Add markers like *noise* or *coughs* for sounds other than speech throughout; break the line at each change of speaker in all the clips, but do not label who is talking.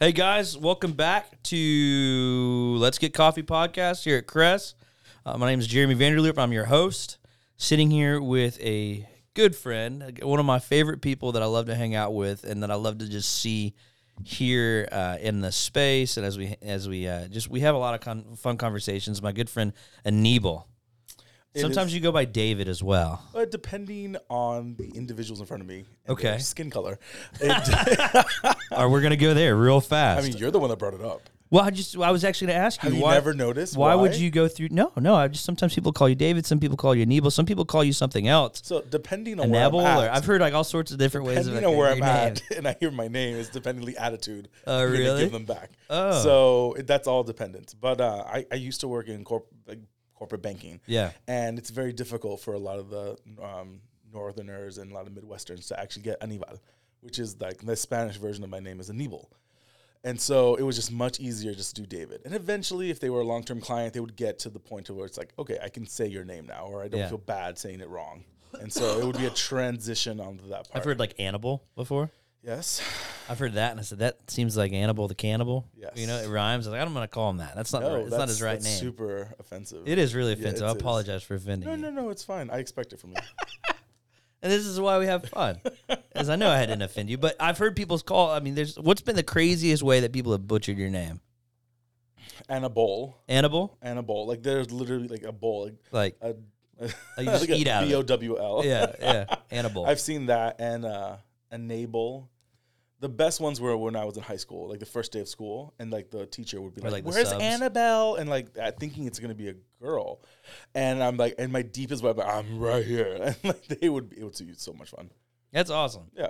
Hey guys, welcome back to Let's Get Coffee podcast here at Crest. Uh, my name is Jeremy Vanderloop. I'm your host, sitting here with a good friend, one of my favorite people that I love to hang out with, and that I love to just see here uh, in the space. And as we as we uh, just we have a lot of con- fun conversations. My good friend Anibal.
It
Sometimes
is-
you go by David as well.
Uh, depending on the individuals in front of me. and
Okay.
their Skin color. It-
Or we're gonna go there real
I
fast. *laughs*
mean, you're the one that brought it up.
well, I just I was actually gonna ask you.
Have you
why,
never noticed?
Why, would you go through? No, no. I just sometimes people call you David. Some people call you Nebo. Some people call you something else.
So depending on where
Nebel.
I'm
Or
at,
I've heard like all sorts of different ways of
depending on where I'm
your
at, *laughs*
name.
and I hear my name, it's depending on the attitude.
Oh,
I'm gonna
really?
Give them back.
Oh.
So it- that's all dependent. But uh, I, I used to work in corp- like corporate banking.
Yeah.
And it's very difficult for a lot of the um, Northerners and a lot of Midwesterns to actually get Aníbal, which is like the Spanish version of my name is Aníbal. And so it was just much easier just to do David. And eventually, if they were a long term client, they would get to the point to where it's like, okay, I can say your name now, or I don't
Yeah.
feel bad saying it wrong. And so it would be a transition onto that part.
I've heard like Annibal before.
Yes.
I've heard that, and I said that seems like Annibal the cannibal.
Yes.
You know, it rhymes. I was like, I'm gonna call him that. That's not.
No,
it's not his right
that's
name.
Super offensive.
it is really
Yeah,
offensive.
it
I
is.
apologize for offending.
No,
you.
no, no. It's fine. I expect it from you.
And this is why we have
*laughs*
fun. As I know I didn't offend you, but I've heard people's call. I mean, there's what's been the craziest way that people have butchered your name?
and a bowl.
Annibal?
And a bowl. Like there's literally like a bowl. Like
Like,
a. *laughs*
Oh, you just eat out of it.
B O W L. *laughs*
yeah, yeah, Annibal.
I've seen that and uh, enable. The best ones were when I was in high school, like the first day of school, and like the teacher would be
Or,
like,
like, the
"Where's
subs.
Annabelle?" and like uh, thinking it's gonna be a girl, and I'm like, and my deepest web, I'm right here, *laughs* and like they would, it would be so much fun.
That's awesome.
Yeah,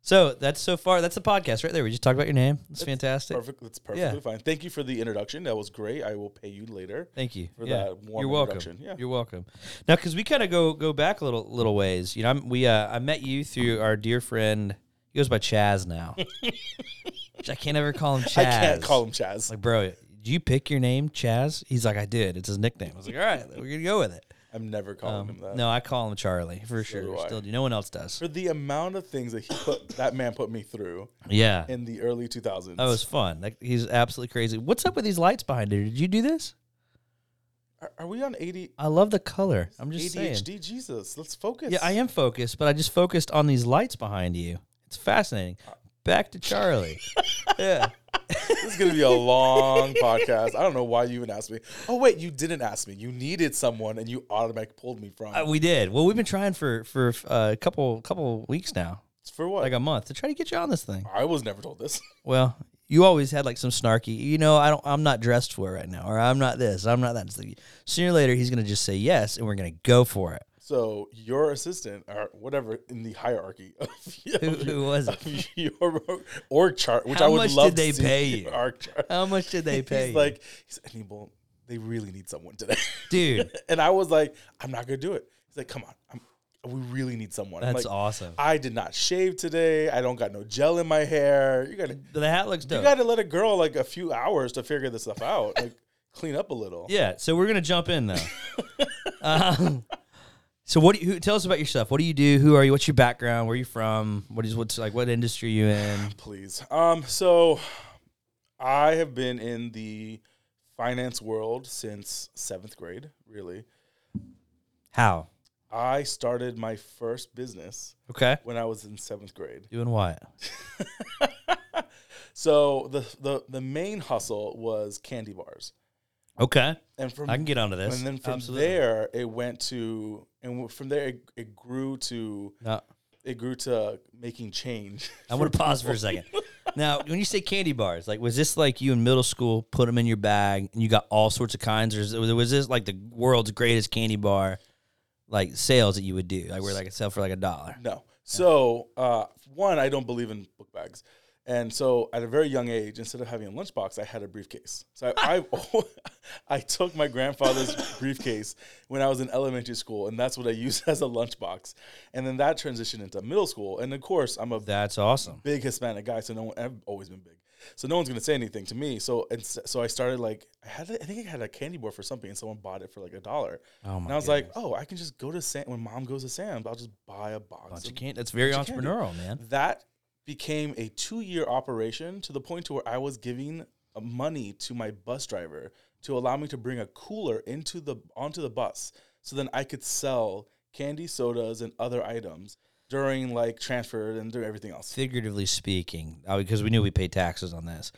So that's so far. That's the podcast right there. We just talked about your name. That's, fantastic.
perfect. That's perfectly fine. Thank you for the introduction. That was great. I will pay you later.
Thank you
for
yeah.
that warm
You're welcome.
introduction. Yeah.
You're welcome. Now, because we kind of go go back a little little ways. You know, I'm, we uh, I met you through our dear friend. He goes by Chaz
*laughs*
now. Which I can't ever call him Chaz.
I can't call him Chaz.
Like, bro, did you pick your name, Chaz? He's like, I did. It's his nickname. I was like, all right, we're gonna go with it.
I'm never calling him that.
um, No, I call him Charlie for sure.
do I.
Still, do. no one else does.
For the amount of things that he put, that man put me through
Yeah,
in the early 2000s.
that was fun. Like, he's absolutely crazy. What's up with these lights behind here? Did you do this?
are, are we on 80?
I love the color. I'm just saying.
ADHD Jesus. Let's focus.
Yeah, I am focused, but I just focused on these lights behind you. It's fascinating. Back to *laughs* Charlie. yeah.
This is gonna be
*laughs*
a long podcast. I don't know why you even asked me. Oh wait, you didn't ask me. You needed someone, and you automatically pulled me from.
Uh, we did. Well, we've been trying for for uh, a couple couple weeks now,
For what?
like a month, to try to get you on this thing.
I was never told this.
Well, you always had like some snarky, you know, I don't I'm not dressed for it right now, or I'm not this, I'm not that. It's like, sooner or later he's gonna just say yes and we're gonna go for it.
So your assistant, or whatever in the hierarchy *laughs* of,
Who,
of
who was it?
of your org chart, which
How
I would
much
love
did they
to see
pay you?
your Org chart. *laughs*
How much did *laughs* they pay?
he's
you?
like, he's enable. They really need someone today,
*laughs*
*laughs*
Dude.
and I was like, I'm not gonna do it. He's like, come on, I'm, we really need someone. I'm
That's
like,
awesome.
I did not shave today. I don't got no gel in my hair. You gotta,
the hat looks dope.
you gotta let a girl like a few hours to figure this stuff out. Like, clean up a little.
Yeah, so we're gonna jump in *laughs* though. um, so what? Do you, who, tell us about yourself. What do you do? Who are you? What's your background? Where are you from? What is what's like? What industry you in?
please. Um, so I have been in the finance world since seventh grade. Really,
How?
I started my first business
Okay,
when I was in seventh grade.
doing what?
So the the, the main hustle was candy bars,
Okay,
and from
I can get onto this.
and then from
Absolutely.
there it went to and from there it, it grew to
Now,
it grew to making change. *laughs*
I want to pause for a second. Now, when you say candy bars, like was this like you in middle school put them in your bag and you got all sorts of kinds, or is- was this like the world's greatest candy bar, like sales that you would do, like where like it sell for like a dollar?
No. So uh, one, I don't believe in book bags. And so at a very young age, instead of having a lunchbox, I had a briefcase. So I, I, *laughs* I took my grandfather's
*laughs*
briefcase when I was in elementary school, and that's what I used *laughs* as a lunchbox. And then that transitioned into middle school. And of course, I'm a
That's awesome.
big Hispanic guy, so no one, I've always been big. So no one's gonna say anything to me. So and s- so I started like I had a, I think I had a candy bar for something, and someone bought it for like a dollar.
Oh my
and I was
goodness.
like, oh, I can just go to Sam when mom goes to Sam's, I'll just buy a box.
Bunch
of
of can- that's very
bunch of candy.
entrepreneurial, man.
that became a two-year operation to the point to where I was giving uh, money to my bus driver to allow me to bring a cooler into the onto the bus, so then I could sell candy, sodas, and other items during like transfer and doing everything else.
Figuratively speaking, uh, because we knew we paid taxes on this.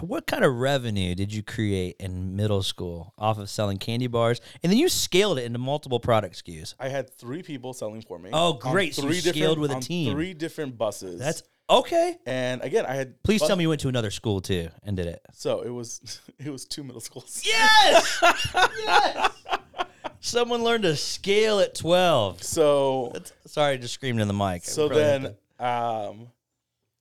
What kind of revenue did you create in middle school off of selling candy bars, and then you scaled it into multiple product SKUs?
I had three people selling for me.
Oh,
on
great. So you
different-
scaled with a
on
team.
Three different buses.
That's okay.
and again, I had.
Please
bus-
tell me you went to another school too and did it.
So it was, *laughs* it was two middle schools.
Yes. *laughs* yes. Someone learned to scale at twelve.
So
Sorry, I just screamed in the mic. I
So
probably have
then, um,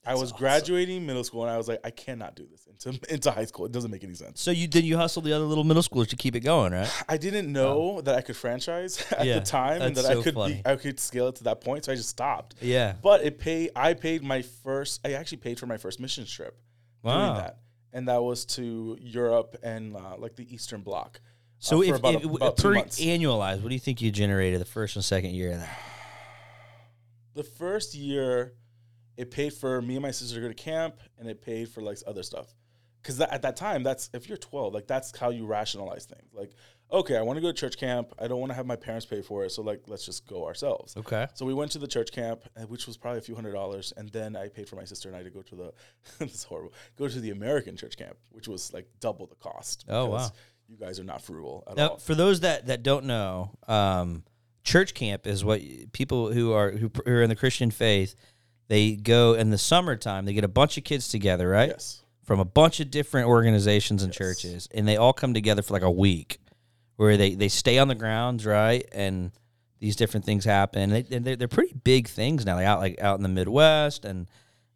I was graduating middle school, and I was like, I cannot do this into *laughs* into high school. It doesn't make any sense.
So you then you hustle the other little middle schoolers to keep it going, right?
I didn't know that I could franchise *laughs* at
Yeah,
the time, and
that's
that
so
I could
funny.
be, I could scale it to that point. So I just stopped.
*sighs* Yeah.
But it paid. I paid my first. I actually paid for my first mission trip.
Wow.
Doing that, and that was to Europe and uh, like the Eastern Bloc. uh,
So
for
if,
about,
if
about two
per
months.
annualized, what do you think you generated the first and second year of that?
the first year it paid for me and my sister to go to camp and it paid for like other stuff because that, at that time that's if you're 12 like that's how you rationalize things like okay i want to go to church camp i don't want to have my parents pay for it so like let's just go ourselves
Okay.
so we went to the church camp uh, which was probably a few hundred dollars and then i paid for my sister and i to go to the *laughs* this is horrible go to the american church camp which was like double the cost
Oh,
because
wow.
you guys are not frugal at
Now,
all
for those that, that don't know, um, church camp is what y- people who are who, pr- who are in the Christian faith they go in the summertime. They get a bunch of kids together, right?
yes
From a bunch of different organizations and churches, and they all come together for like a week, where they they stay on the grounds, right? And these different things happen. They, and they're, they're pretty big things now. Like out like out in the Midwest and.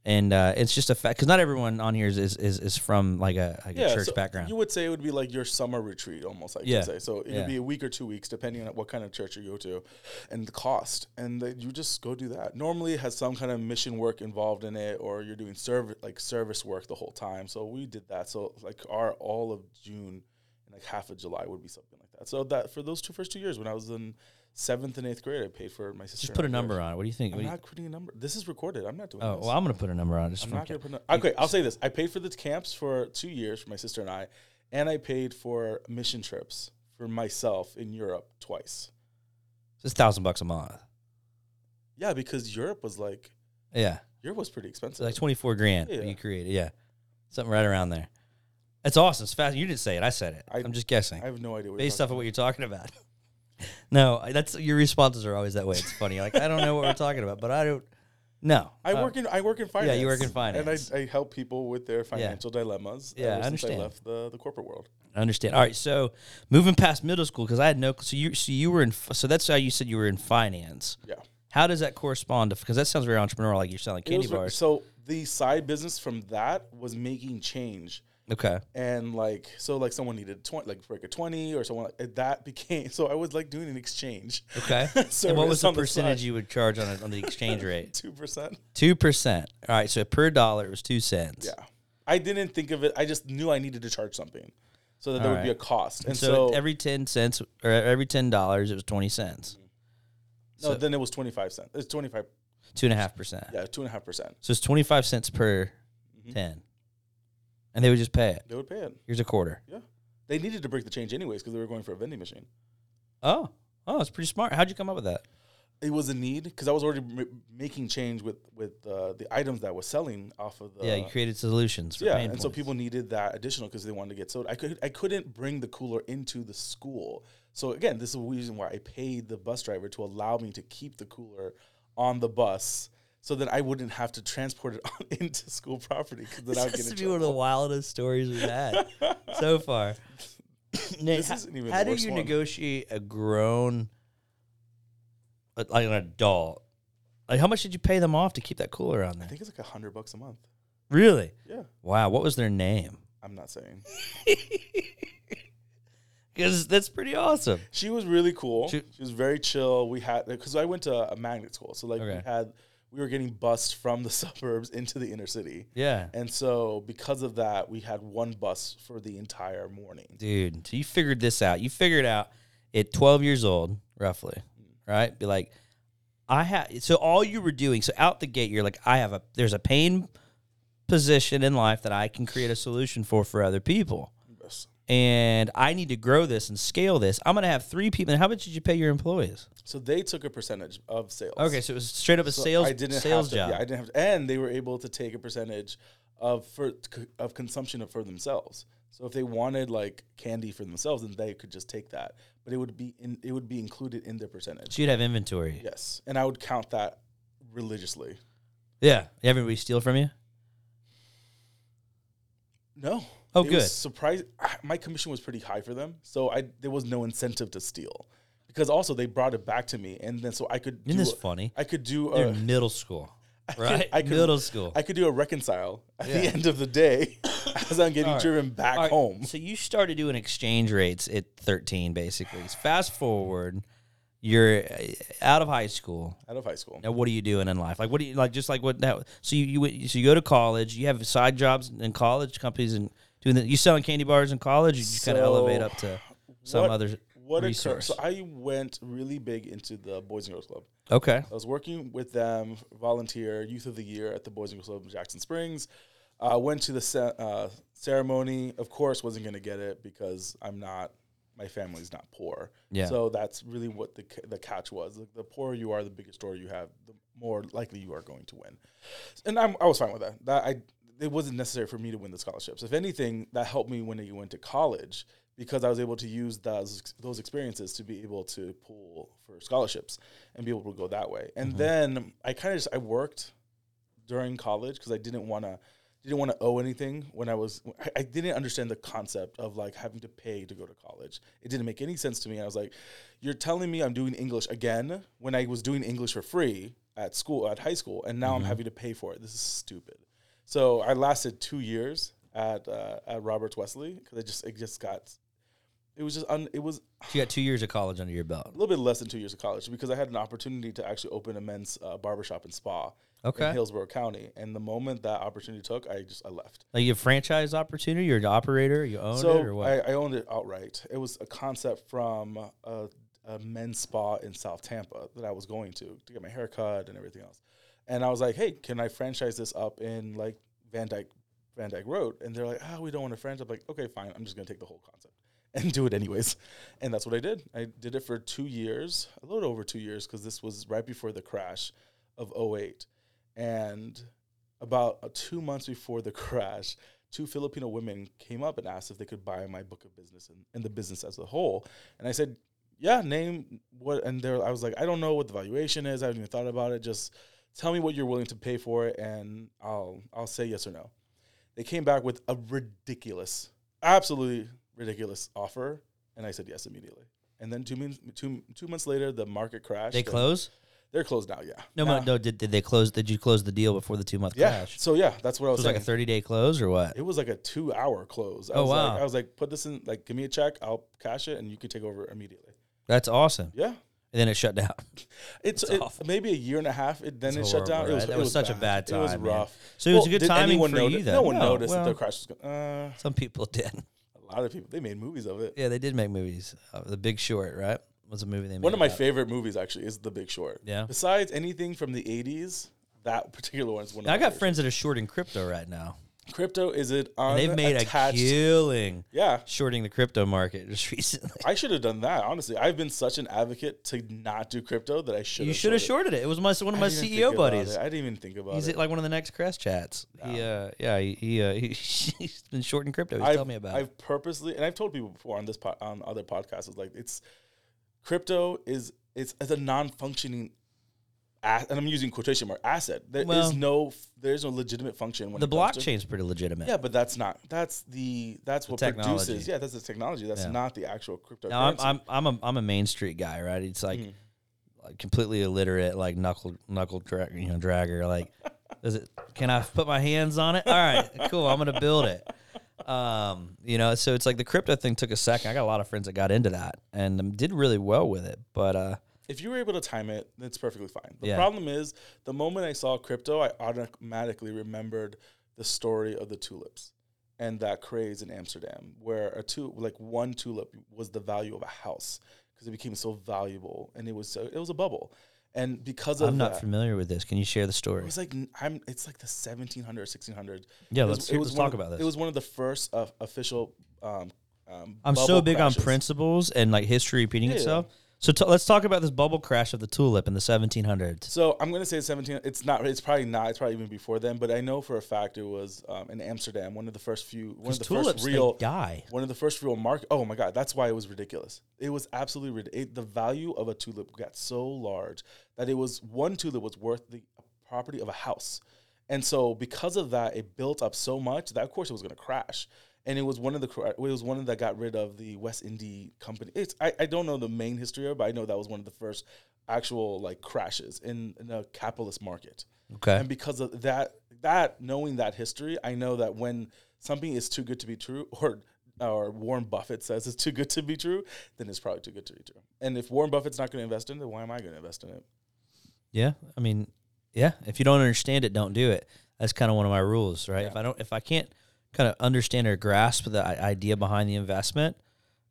And uh, it's just a fact because not everyone on here is, is, is, is from like a, like a church
so
background.
You would say it would be like your summer retreat almost, I
Yeah.
could say. So it
Yeah.
would be a week or two weeks, depending on what kind of church you go to and the cost. And that you just go do that. Normally it has some kind of mission work involved in it or you're doing serv- like service work the whole time. So we did that. So like our all of June and like half of July would be something like that. So that for those two first two years when I was in seventh and eighth grade, I paid for my sister.
just
and
put
I
a
for-
number on it. What do you think? What
I'm
do you-
not putting a number. This is recorded. I'm not doing
oh,
this.
well, I'm gonna put a number on it. Just
I'm
from
not
ca-
gonna put. No, okay, I'll say this: I paid for the camps for two years for my sister and I, and I paid for mission trips for myself in Europe twice.
It's a thousand bucks a month.
Yeah, because Europe was like
Yeah,
Europe was pretty
it's
expensive.
like twenty four grand that
Yeah.
you created. Yeah, something right around there. That's awesome. It's fast. You didn't say it. I said it. I,
I-
am just guessing
I have no idea. What
based off of what you're talking about. *laughs* no, I- that's your responses are always that way. It's funny. Like I don't know what we're talking about, but I don't. No,
I
Uh,
work in I work in finance.
you work in finance.
and I, I help people with their financial dilemmas.
Yeah, I
ever since
understand.
I left the, the corporate world.
I understand. All right, so moving past middle school because I had no. So you, so you were in. So that's how you said you were in finance.
Yeah,
How does that correspond to? Because that sounds very entrepreneurial, like you're selling
It
candy
was re-
bars.
So the side business from that was making change
Okay.
and like so like someone needed 20 like break a 20 or someone like that became *laughs* so i was like doing an exchange
Okay.
*laughs* So
and what was
it's
the
on the
percentage
side.
you would charge on, a, on the exchange rate? *laughs*
two percent
Two percent. All right. So per dollar, it was two cents.
yeah i didn't think of it i just knew i needed to charge something so that there would be a
Alright.
cost and
So,
so,
every ten cents or every ten dollars, it was twenty cents.
Mm-hmm. no then it was 25 cents it's 25
Two and a half percent.
yeah two and a half percent
So it's twenty five cents per
Mm-hmm.
ten, and they would just pay it.
they would pay it
Here's a quarter.
yeah they needed to break the change anyways because they were going for a vending machine
Oh, oh, it's pretty smart. How'd you come up with that?
it was a need because i was already m- making change with with uh, the items that I was selling off of the
yeah, you created solutions. For
Uh, yeah,
pain
and so
points.
people needed that additional because they wanted to get soda. I could I couldn't bring the cooler into the school. So again, this is the reason why I paid the bus driver to allow me to keep the cooler on the bus, so that I wouldn't have to transport it *laughs* on into school property. Because then I
*laughs*
would
This has
get in
to be one of
trouble.
the wildest stories we've
*laughs*
had so far. Nate,
This
ho-
isn't even
how
the
do
worst
you
one.
negotiate a grown, like an adult? Like, how much did you pay them off to keep that cooler on
I
there?
think it's like a hundred bucks a month.
Really?
Yeah,
Wow. What was their name?
I'm not saying
*laughs* Because that's pretty awesome.
she was really cool.
She-
She, was very chill. We had because I went to a magnet school, so like
Okay.
we had. we were getting bused from the *laughs* suburbs into the inner city.
Yeah.
And so because of that, we had one bus for the entire morning.
Dude, so you figured this out. You figured out at 12 years old, roughly, right? Be like, I had, so all you were doing, so out the gate, you're like, I have a, there's a pain position in life that I can create a solution for for other people.
Yes.
And I need to grow this and scale this. I'm going to have three people. And how much did you pay your employees?
So they took a percentage of sales.
Okay, so it was straight up a
So
sales
I didn't
sales
have to,
job.
Yeah, I didn't have to, and they were able to take a percentage of for of consumption of- for themselves. So if they wanted like candy for themselves, then they could just take that, but it would be in, it would be included in their percentage.
so you'd have inventory. Yeah.
Yes, and I would count that religiously.
Everybody steal from you?
No.
Oh,
It was
good.
Surprise! I- My commission was pretty high for them, so I there was no incentive to steal, because also they brought it back to me, and then so I could
Isn't
do
this
a- *laughs*
funny?
I could do
They're
a,
middle school, right?
*laughs* I could-
middle school.
I could do a reconcile at
Yeah.
the end of
*coughs*
the day as I'm getting
All right.
driven back
All right,
home.
So you started doing exchange rates at 13, basically. Fast forward, you're uh, out of high school.
out of high school.
Now, what are you doing in life? Like, what do you like? Just like what that. So you, you went- so you go to college. You have side jobs in college companies and doing that. You selling candy bars in college. You just kind of
So,
elevate up to some
what-
other
What a cur-
resource.
So I went really big into the Boys and Girls Club.
okay.
I was working with them, volunteer, Youth of the Year at the Boys and Girls Club in Jackson Springs. Uh, went to the ce- uh, ceremony. Of course, wasn't going to get it because I'm not. My family's not poor.
Yeah.
So that's really what the c- the catch was. The, the poorer you are, the bigger story you have, the more likely you are going to win. And I'm, I was fine with that. That I it wasn't necessary for me to win the scholarships. If anything, that helped me when I went to college because I was able to use those those experiences to be able to pull for scholarships and be able to go that way. And then I kind of just I worked during college because I didn't want to didn't want to owe anything when I was I, I didn't understand the concept of like having to pay to go to college. It didn't make any sense to me. I was like, you're telling me I'm doing English again when I was doing English for free at school at high school, and now I'm having to pay for it. This is stupid. So I lasted two years at uh, at Roberts Wesley because it just it just got it was just un, it was
So you got two years of college under your belt.
a little bit less than two years of college because I had an opportunity to actually open a men's uh, barbershop and spa
Okay.
in Hillsborough County. And the moment that opportunity took, I just I left.
Like you have franchise opportunity. You're an operator. You own
so
it or what?
I, I owned it outright. It was a concept from a, a men's spa in South Tampa that I was going to to get my hair cut and everything else. And I was like, hey, can I franchise this up in like Van Dyke Van Dyke Road? And they're like, oh, we don't want to franchise. I'm like, okay, fine. I'm just gonna take the whole concept *laughs* and do it anyways. And that's what I did. I did it for two years, a little over two years, because this was right before the crash of 08. And about uh, two months before the *laughs* crash, two Filipino women came up and asked if they could buy my book of business and, and the business as a whole. And I said, yeah, name what. And there, I was like, I don't know what the valuation is. I haven't even thought about it. Just tell me what you're willing to pay for it, and I'll I'll say yes or no. They came back with a ridiculous, absolutely ridiculous offer, and I said yes immediately. And then two months two two months later, the market crashed.
they
and
close.
They're closed now. Yeah.
No,
Now-
no, no. Did, did they close? Did you close the deal before the two month
Yeah.
crash?
So yeah, that's what I
It
was,
was
saying.
like a 30 day close or what?
It was like a two hour close. I
Oh,
was
wow.
Like, I was like, put this in, like, give me a check. I'll cash it and you can take over immediately.
That's awesome.
Yeah.
And then it shut down. *laughs*
It's,
That's
it-
awful.
maybe a year and a half. It, then
It's
it shut down.
horrible,
It was,
right? That
it
was such a bad
It was
time, man.
rough.
So it was a good
did
timing
anyone
for you,
notice-
though.
No one
No,
noticed that
well-
the crash was going uh,
Some people did.
A lot of people, they made movies of it.
Yeah, they did make movies. Uh, the Big Short, right? Was a movie they made.
One of my
about it.
favorite movies, actually, is The Big Short.
Yeah.
Besides anything from the 80s, that particular one is one of
Now, I
my
got
favorites.
friends that are short in crypto right now.
Crypto is it
And
on
they've made a killing
Yeah.
shorting the crypto market just *laughs* recently.
I should have done that, honestly. I've been such an advocate to not do crypto that I should
You should have shorted it. It was my one of my
I didn't even think
CEO
about
buddies.
it. I didn't even think about
He's
it.
at like one of the next Crest chats. He, uh, yeah, he, he, uh, he, *laughs* he's been shorting crypto. He's
I've,
telling me about it.
I've purposely, and I've told people before on this po- on other podcasts, is like it's crypto is it's, it's a non-functioning, a- and I'm using quotation mark asset. There is
Well-
no f- there's no legitimate function when
The
it comes to-
blockchain's pretty legitimate.
yeah, but that's not that's the that's what produces.
technology.
Yeah, that's the technology. That's
Yeah.
not the actual crypto.
Now I'm I'm I'm a I'm a Main Street guy, right? It's like
Mm-hmm.
like completely illiterate, like knuckle knuckle drag, you know, dragger.
*laughs*
Like, does it? Can I put my hands on it? All right, cool. I'm gonna build it. Um, you know, so it's like the crypto thing took a second. I got a lot of friends that got into that and um, did really well with it, but uh,
If you were able to time it, that's perfectly fine. The
Yeah.
problem is, the moment I saw crypto, I automatically remembered the story of the tulips and that craze in Amsterdam, where a two like one tulip was the value of a house because it became so valuable, and it was so, it was a bubble, and because of
I'm not
that,
familiar with this. Can you share the
it
story?
was like n- I'm. It's like the 1700 1600.
Yeah,
It was-
let's
it
hear-
was
let's
one
talk
of-
about this.
It was one of the first uh, official. Um, um,
I'm so
bubble
big on
crashes.
principles and like history repeating
Yeah.
itself. So t- let's talk about this bubble crash of the tulip in the 1700s.
So I'm gonna say 17. It's not. It's probably not. It's probably even before then. But I know for a fact it was um, in Amsterdam. One of the first few. One of the
tulips
first real.
they die.
One of the first real mark. Oh my god, that's why it was ridiculous. It was absolutely ridiculous. The value of a tulip got so large that it was one tulip was worth the property of a house, and so because of that, it built up so much that of course it was going to crash. And it was one of the cra- it was one of that got rid of the West Indie Company. It's I, I don't know the main history of, it, but I know that was one of the first actual like crashes in, in a capitalist market.
Okay.
And because of that, that knowing that history, I know that when something is too good to be true, or or Warren Buffett says it's too good to be true, then it's probably too good to be true. And if Warren Buffett's not going to invest in it, why am I going to invest in it?
Yeah, I mean, yeah. If you don't understand it, don't do it. That's kind of one of my rules, right? If I don't, if I can't kind of understand or grasp the i- idea behind the investment,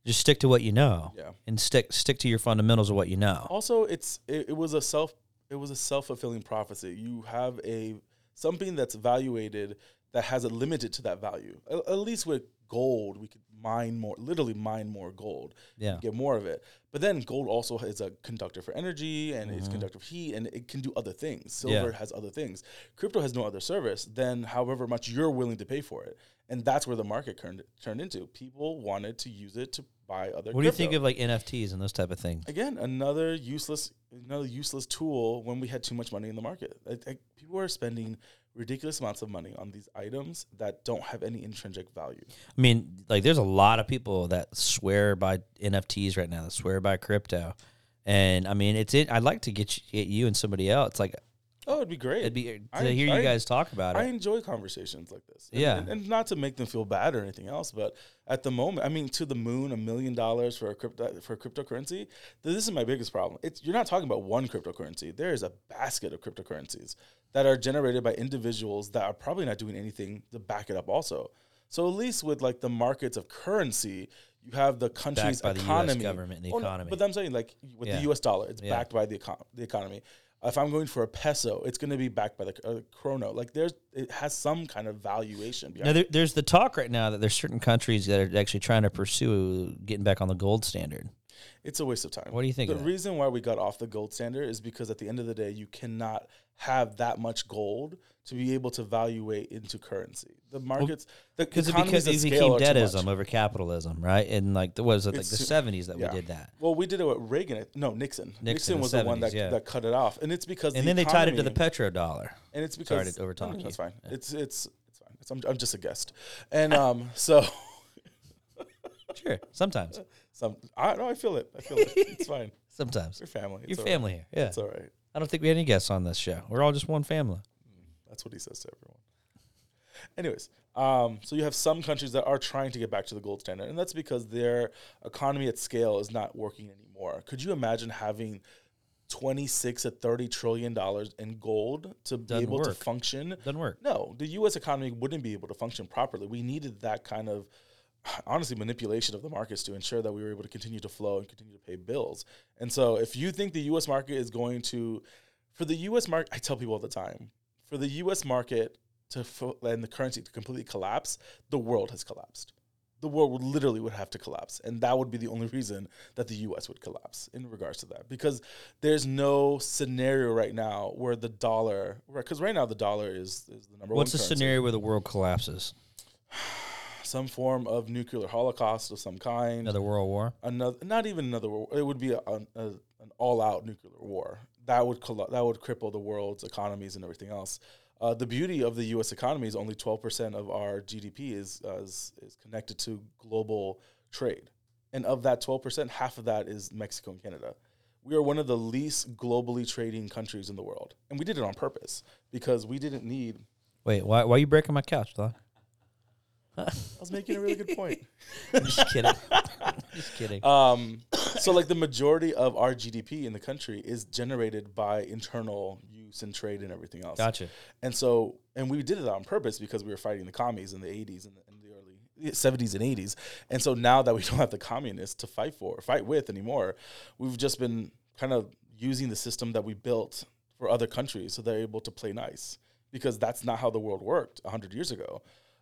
just stick to what you know,
Yeah.
and stick stick to your fundamentals of what you know.
Also, it's it, it was a self it was a self fulfilling prophecy. You have a something that's valuated that has a limited to that value. A- at least with gold, we could mine more, literally mine more gold.
Yeah,
get more of it. But then gold also is a conductor for energy and it's conductor of heat and it can do other things.
Mm-hmm. Yeah.
Silver has other things. Crypto has no other service than however much you're willing to pay for it. And that's where the market turned turned into. People wanted to use it to buy other
What do you think
crypto.
of like NFTs and those type of things?
again another useless another useless tool when we had too much money in the market. I, I, people are spending ridiculous amounts of money on these items that don't have any intrinsic value.
I mean, like there's a lot of people that swear by NFTs right now, that swear by crypto, and I mean, it's it. I'd like to get you, get you and somebody else. Like
Oh, it'd be great.
it'd be to
I-
hear
I-
you guys talk about it.
I enjoy conversations like this. And-
Yeah.
And, and not to make them feel bad or anything else, but at the moment, I mean, to the moon, a million dollars for a crypto for a cryptocurrency. This is my biggest problem. It's you're not talking about one cryptocurrency. There is a basket of cryptocurrencies that are generated by individuals that are probably not doing anything to back it up. Also, so at least with like the markets of currency. You have the country's
by the US
economy,
government and the
Oh, no,
economy.
but I'm saying, like with
Yeah.
the U.S. dollar, it's
Yeah.
backed by the econ- the economy. If I'm going for a peso, it's going to be backed by the uh, chrono. Like there's, it has some kind of valuation. Behind
Now,
it.
there, there's the talk right now that there's certain countries that are actually trying to pursue getting back on the gold standard.
It's a waste of time.
What do you think
The
of that?
reason why we got off the gold standard is because at the end of the day, you cannot have that much gold to be able to valuate into currency. The markets, the
Because it,
economies
because
at
it
scale
became
are too much.
deadism over capitalism, right? And like, the, what was it, like
It's
the
su-
70s that
yeah.
we did that.
Well, we did it with Reagan. No, Nixon. Nixon,
in the
was the, one
70s,
that,
yeah.
that cut it off, and it's because
And
the
then they tied it to the
economy-
petrodollar.
and it's
Sorry
because
to overtalk
no, no,
you.
That's fine. It's it's it's fine. It's, I'm, I'm just a guest, and um, *laughs* so
Sure, sometimes,
some I no, I feel it. I feel it.
*laughs*
It's fine.
sometimes.
Your family. It's
Your
all right.
family here, yeah.
It's all right.
I don't think we had any guests on this show. We're all just one family.
That's what he says to everyone. Anyways, um, so you have some countries that are trying to get back to the gold standard, and that's because their economy at scale is not working anymore. Could you imagine having 26 to 30 trillion dollars in gold to
Doesn't
be able to
work.
function?
Doesn't work.
No, the U.S. economy wouldn't be able to function properly. We needed that kind of, *sighs* honestly, manipulation of the markets to ensure that we were able to continue to flow and continue to pay bills. And so, if you think the U.S. market is going to, for the U.S. market, I tell people all the time, for the U.S. market to fo- and the currency to completely collapse, the world has collapsed. The world would literally would have to collapse, and that would be the only reason that the U.S. would collapse in regards to that, because there's no scenario right now where the dollar, because right now the dollar is, is the number
What's the
one. currency.
scenario where the world collapses?
Some form of nuclear holocaust of some kind.
Another world war?
another not even another war. It would be a, an- a, an all out nuclear war that would colla that would cripple the world's economies and everything else. Uh, the beauty of the U.S. economy is only twelve percent of our GDP is, uh, is is connected to global trade, and of that twelve percent, half of that is Mexico and Canada. We are one of the least globally trading countries in the world, and we did it on purpose because we didn't need
Wait, why, why are you breaking my couch, Don?
I was making a really good point.
I'm just kidding.
*laughs*
just kidding.
Um, so like the majority of our GDP in the country is generated by internal use and trade and everything else.
gotcha.
And so, and we did it on purpose because we were fighting the commies in the 80s and the, and the early 70s and 80s. And so now that we *laughs* don't have the communists to fight for, fight with anymore, we've just been kind of using the system that we built for other countries so they're able to play nice because that's not how the world worked 100 years ago.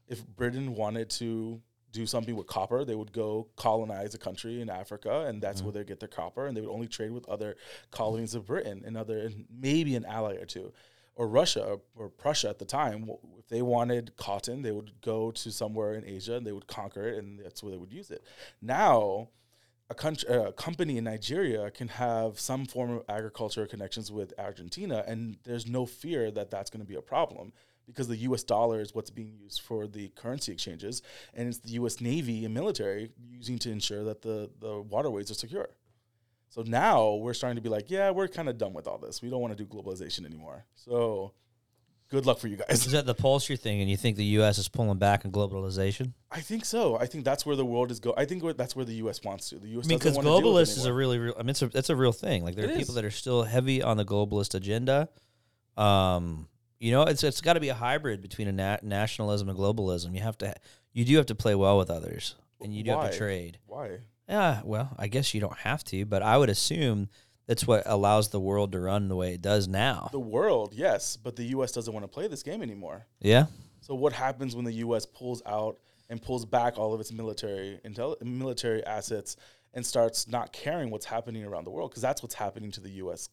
If Britain wanted to do something with copper, they would go colonize a country in Africa, and that's where they get their copper. And they would only trade with other colonies of Britain and other, and maybe an ally or two, or Russia or, or Prussia at the time. w- If they wanted cotton, they would go to somewhere in Asia and they would conquer it, and that's where they would use it. Now, a country, a company in Nigeria can have some form of agricultural connections with Argentina, and there's no fear that that's going to be a problem because the U.S. dollar is what's being used for the currency exchanges, and it's the U.S. Navy and military using to ensure that the the waterways are secure. So now we're starting to be like, yeah, we're kind of done with all this. We don't want to do globalization anymore. So good luck for you guys. *laughs*
Is that the Pulsar thing, and you think the U.S. is pulling back in globalization?
I think so. I think that's where the world is go. I think where- that's where the U.S. wants to. The U.S.
I mean,
doesn't
because
wanna deal with
globalist
it
is a
anymore.
really real. I mean, it's a, that's a real thing. Like there
It
are people
is.
that are still heavy on the globalist agenda. Um, you know, it's it's got to be a hybrid between a na- nationalism and globalism. You have to, you do have to play well with others, and you do have
Why?
to trade.
why.
Yeah, well, I guess you don't have to, but I would assume that's what allows the world to run the way it does now.
The world, yes, but the U.S. doesn't want to play this game anymore.
Yeah,
So what happens when the U.S. pulls out and pulls back all of its military intel- military assets and starts not caring what's happening around the world? Because that's what's happening to the U.S.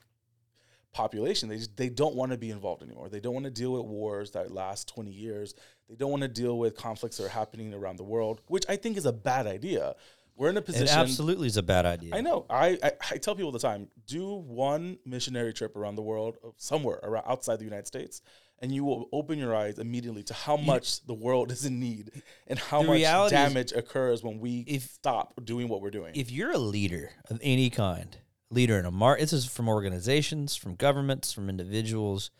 population. They just, they don't want to be involved anymore. They don't want to deal with wars that last twenty years. They don't want to deal with conflicts that are happening around the world, which I think is a bad idea. We're in a
it
position
absolutely is a bad idea.
I know. I, I I tell people all the time: do one missionary trip around the world, uh, somewhere around outside the United States, and you will open your eyes immediately to how much the world is in need and how
The
much
reality is-
damage occurs when we
If-
stop doing what we're doing.
if you're a leader of any kind, leader in a market, this is from organizations, from governments, from individuals,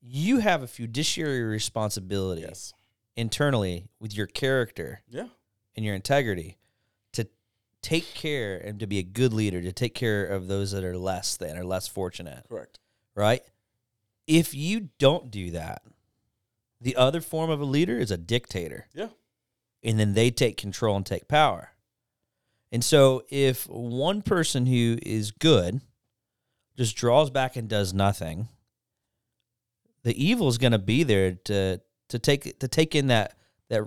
you have a fiduciary responsibility
yes.
internally with your character
Yeah.
and your integrity to take care and to be a good leader, to take care of those that are less than or less fortunate,
Correct.
right? If you don't do that, the other form of a leader is a dictator
Yeah.
and then they take control and take power. And so if one person who is good just draws back and does nothing, the evil is going to be there to to take to take in that that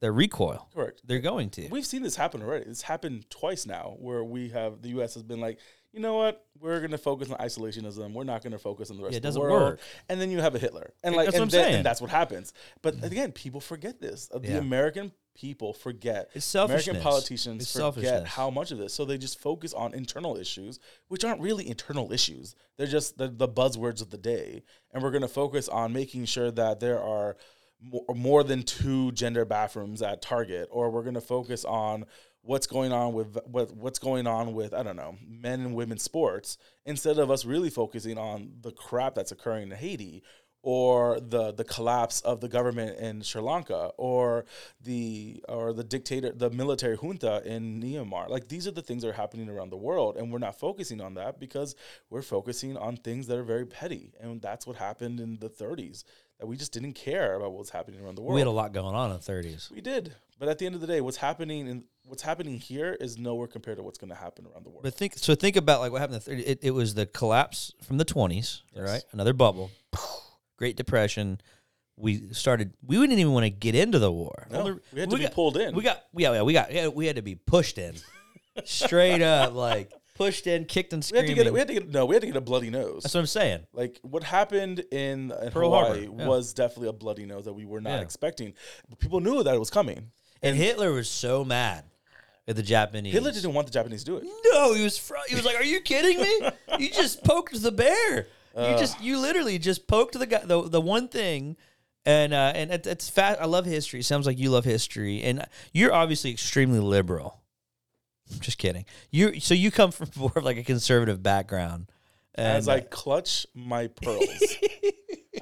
that recoil.
Correct.
They're going to.
We've seen this happen already. It's happened twice now, where we have the U.S. has been like, you know what? We're going to focus on isolationism. We're not going to focus on the rest
Yeah, it
of the
doesn't
world.
work.
And then you have a Hitler, and
Yeah,
like,
that's
and,
what I'm
then- and
saying. Mm-hmm.
that's what happens. But again, people forget this. Uh, The
Yeah.
American people forget.
It's
American
selfishness.
politicians
It's
forget
selfishness.
how much of this, so they just focus on internal issues, which aren't really internal issues. They're just the, the buzzwords of the day, and we're going to focus on making sure that there are more, more than two gender bathrooms at Target, or we're going to focus on what's going on with what, what's going on with I don't know men and women sports instead of us really focusing on the crap that's occurring in Haiti or the the collapse of the government in Sri Lanka or the or the dictator the military junta in Myanmar like these are the things that are happening around the world and we're not focusing on that because we're focusing on things that are very petty and that's what happened in the 30s that we just didn't care about what's happening around the world
we had a lot going on in the 30s.
we did but at the end of the day what's happening in what's happening here is nowhere compared to what's going to happen around the world
But think so think about like what happened in the 30s. It, it was the collapse from the 20s, right? Another bubble. *sighs* Great Depression. We started we wouldn't even want to get into the war.
No,
Only-
we had to be
got-
pulled in
We got yeah, yeah, we got yeah, we had to be pushed
*laughs*
in. Straight up like pushed in, kicked and
we had
screaming.
to get we had to get no we had to get a bloody nose
That's what I'm saying.
Like what happened in, in
Pearl
Hawaii
Harbor, yeah.
was definitely a bloody nose that we were not
Yeah.
expecting. But people knew that it was coming.
And Hitler was so mad at the Japanese.
Hitler didn't want the Japanese to do it.
No, he was fr- he was like, "Are you kidding me? You
*laughs*
just poked the bear. You
Oh.
just you literally just poked the guy the, the one thing." And uh, and it, it's fat. I love history. It sounds like you love history, and you're obviously extremely liberal. I'm just kidding. You so you come from *laughs* more of like a conservative background.
As
And,
I clutch my pearls,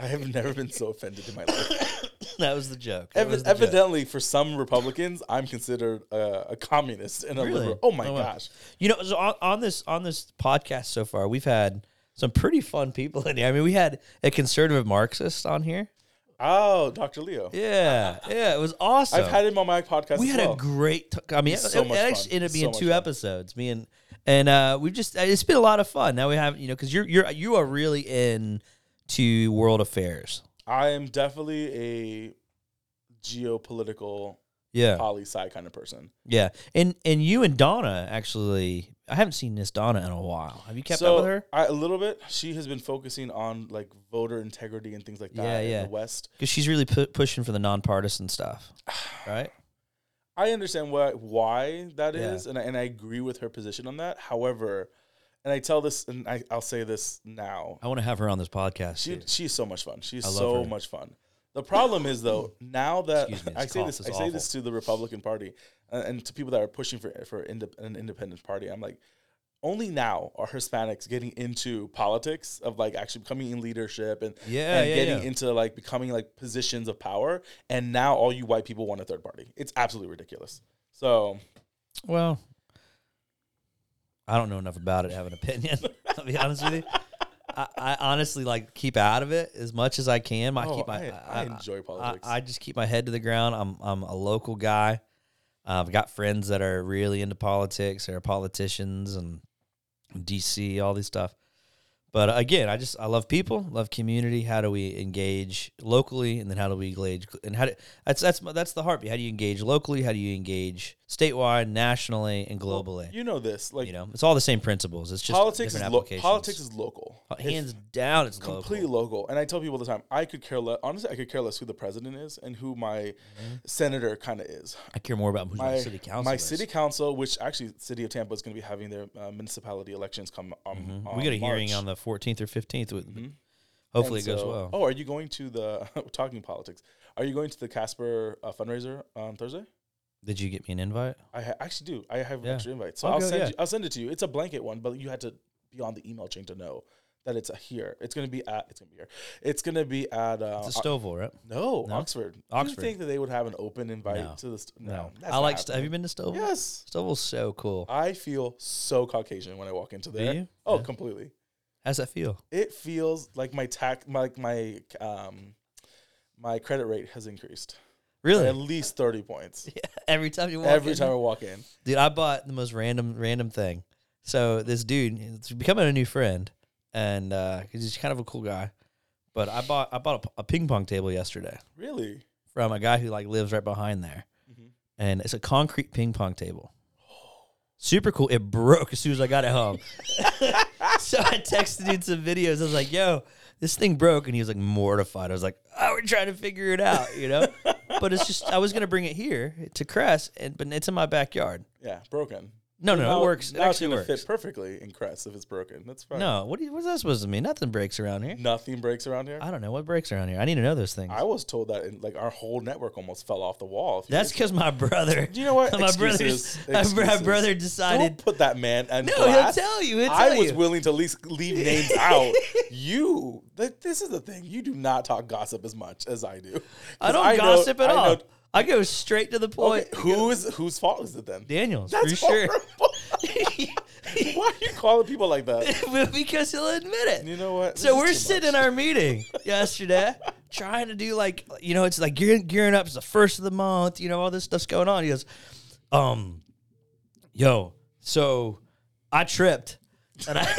I have never been so offended in my life.
*laughs* that was the joke. That was
Evi-
the joke.
evidently, for some Republicans, I'm considered a, a communist and a
Really?
liberal. Oh my
Oh, wow.
gosh!
You know, so on, on this on this podcast so far, we've had some pretty fun people in here. I mean, we had a conservative Marxist on here.
Oh, Dr. Leo,
Yeah, yeah, it was awesome.
I've had him on my podcast.
we
as
had
well.
a great. T- I mean, it,
He's so
it
much
actually
fun.
ended up
He's
being
so
two
much fun.
episodes. Me and and uh, we just it's been a lot of fun. Now we have you know because you're you're you are really in to world affairs.
I am definitely a geopolitical
Yeah,
poli sci kind of person.
yeah, and and you and Donna actually. I haven't seen Miss Donna in a while. Have you kept
so
up with her?
I, a little bit. She has been focusing on like voter integrity and things like that
Yeah,
in
yeah.
the West.
Because she's really pu- pushing for the nonpartisan stuff, right?
I understand why why that is,
Yeah.
and I, and I agree with her position on that. However, and I tell this, and I, I'll say this now.
I want to have her on this podcast.
She
Oh, dude.
she's so much fun. She's
I love
so
her.
much fun. The problem
*clears throat*
is though, now that
Excuse me,
I
this
say
cough
this,
is
I say this to the Republican Party uh, and to people that are pushing for for inde- an independent party. I'm like, only now are Hispanics getting into politics of like actually becoming in leadership and
Yeah,
and
yeah,
getting
yeah.
into like becoming like positions of power. And now all you white people want a third party. It's absolutely ridiculous. So
Well, I don't know enough about it to have an opinion. *laughs* I'll be honest with you. I, I honestly like keep out of it as much as I can. My,
oh,
keep my,
I, I enjoy
I,
politics.
I just keep my head to the ground. I'm I'm a local guy. I've got friends that are really into politics. They're politicians and DC, all these stuff. But again, I just I love people, love community. How do we engage locally, and then how do we engage? And how do that's that's that's the heartbeat. How do you engage locally? How do you engage statewide, nationally, and globally? you,
you know this, like
know, it's all the same principles. It's just
politics is
different
lo-
applications. Uh,
politics is local. If-
hands down, it's
completely
completely.
local. And I tell people all the time, I could care less. Honestly, I could care less who the president is and who my senator kind of is.
I care more about Mm-hmm. who's my,
My
city council.
my
is.
city council, which actually City of Tampa is going to be having their uh, municipality elections come. Um,
Mm-hmm.
Mm-hmm.
we got a hearing on the 14th or 15th. With, Hopefully, it goes well.
Oh, are you going to the *laughs* we're talking politics? Are you going to the Casper uh, fundraiser on Thursday?
Did you get me an invite?
I ha- actually do. I have an
Yeah.
extra invite, so
I'll
I'll,
go,
send
yeah.
you, I'll send it to you. It's a blanket one, but you had to be on the email chain to know that it's uh here. It's going to be at. It's going to be here. It's going to be at. Uh,
It's a Stovall, right?
No, Oxford.
Oxford.
Do you think that they would have an open invite
No.
to the st- no? that's
I
not
like. St- have
happening.
you been to Stovall?
Yes,
Stovall's so cool.
I feel so Caucasian when I walk into there.
you?
Oh,
Yeah.
completely.
How's that feel?
It feels like my tax, my my um, my credit rate has increased
Really?
at least thirty points
*laughs* Every time you walk
every
in.
time I walk in.
dude, I bought the most random random thing. So this dude, it's becoming a new friend, and uh, 'cause he's kind of a cool guy. But I bought I bought a, a ping pong table yesterday
Really?
from a guy who like lives right behind there,
Mm-hmm.
and it's a concrete ping pong table. Super cool. It broke as soon as I got it home. *laughs* so I texted dude some videos. I was like, "Yo, this thing broke," and he was like mortified. I was like, "Oh, we're trying to figure it out," you know. but it's just I was gonna bring it here to Crest, and but it's in my backyard.
Yeah, broken.
No, no,
Now-
it works. It
now it's
actually works.
gonna fit perfectly in Crest if it's broken. That's fine.
No, what do you, what's that supposed to mean? Nothing breaks around here.
nothing breaks around here. I,
I don't know what breaks around here. I need to know those things.
was told that in, like our whole network almost fell off the wall. a few
That's
years
because my brother.
You know
*laughs*
what?
My brother.
Excuses.
My
Excuses.
brother
Don't
decided.
put that man and
No, he'll tell you. He'll
I
tell
was
you.
willing to at least leave names out.
*laughs*
You, th- this is the thing. You do not talk gossip as much as I do. 'Cause
I don't
know-
gossip at
I
all. Oh,
know-
I go straight to the point.
okay, who is whose fault is it then?
Daniels
That's
for sure.
horrible. *laughs*
*laughs*
Why are you calling people like that?
because he'll admit it.
You
*laughs*
know what?
So
This is
we're
too
sitting
much.
in our meeting
*laughs*
yesterday, trying to do like you know, it's like gearing, gearing up. It's the first of the month, you know, all this stuff's going on. He goes, um, yo, so I tripped, and I *laughs*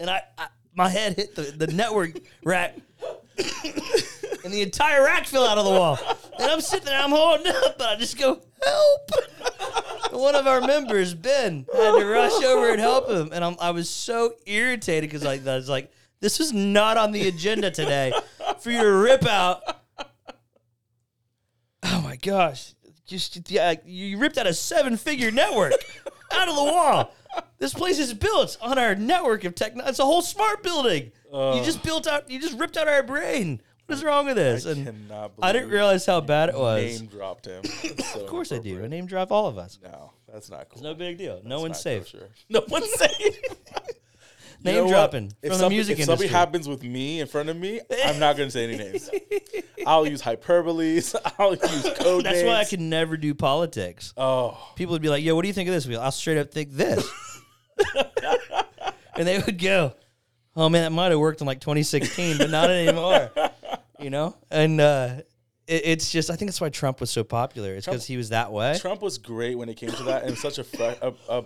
and I, I my head hit the, the network rack, and the entire rack fell out of the wall. And I'm sitting there, I'm holding up, but I just go help. And one of our members, Ben, had to rush over and help him, and I'm, I was so irritated because like I was like, this was not on the agenda today for you to rip out. Oh my gosh! Just yeah, you ripped out a seven-figure network out of the wall. This place is built on our network of technology. It's a whole smart building. you just built out. You just ripped out our brain. What is wrong with this?
I
and
cannot
I didn't
believe
realize how bad it
you
was.
name
*laughs*
dropped him. That's so
Of course I do. I
inappropriate.
name drop all of us.
No, that's not
*laughs*
cool.
No big deal. No one's
Not *laughs*
safe.
kosher.
No one's safe. Name
know what?
dropping
If
from the
something-
music
if
industry.
something happens with me in front of me, I'm not going to say
*laughs*
any names. I'll use hyperboles. *laughs* I'll use code
That's
names.
why I can never do politics.
Oh,
People would be like, "Yo, what do you think of this?" We'd be like, I'll straight up think
*laughs*
this, and they would go, "Oh man, that might have worked in like 2016, but not anymore." You know, and uh, it, it's just I think that's why Trump was so popular. It's because he was that way.
Trump was great when it came to that, and such a fresh, a, a,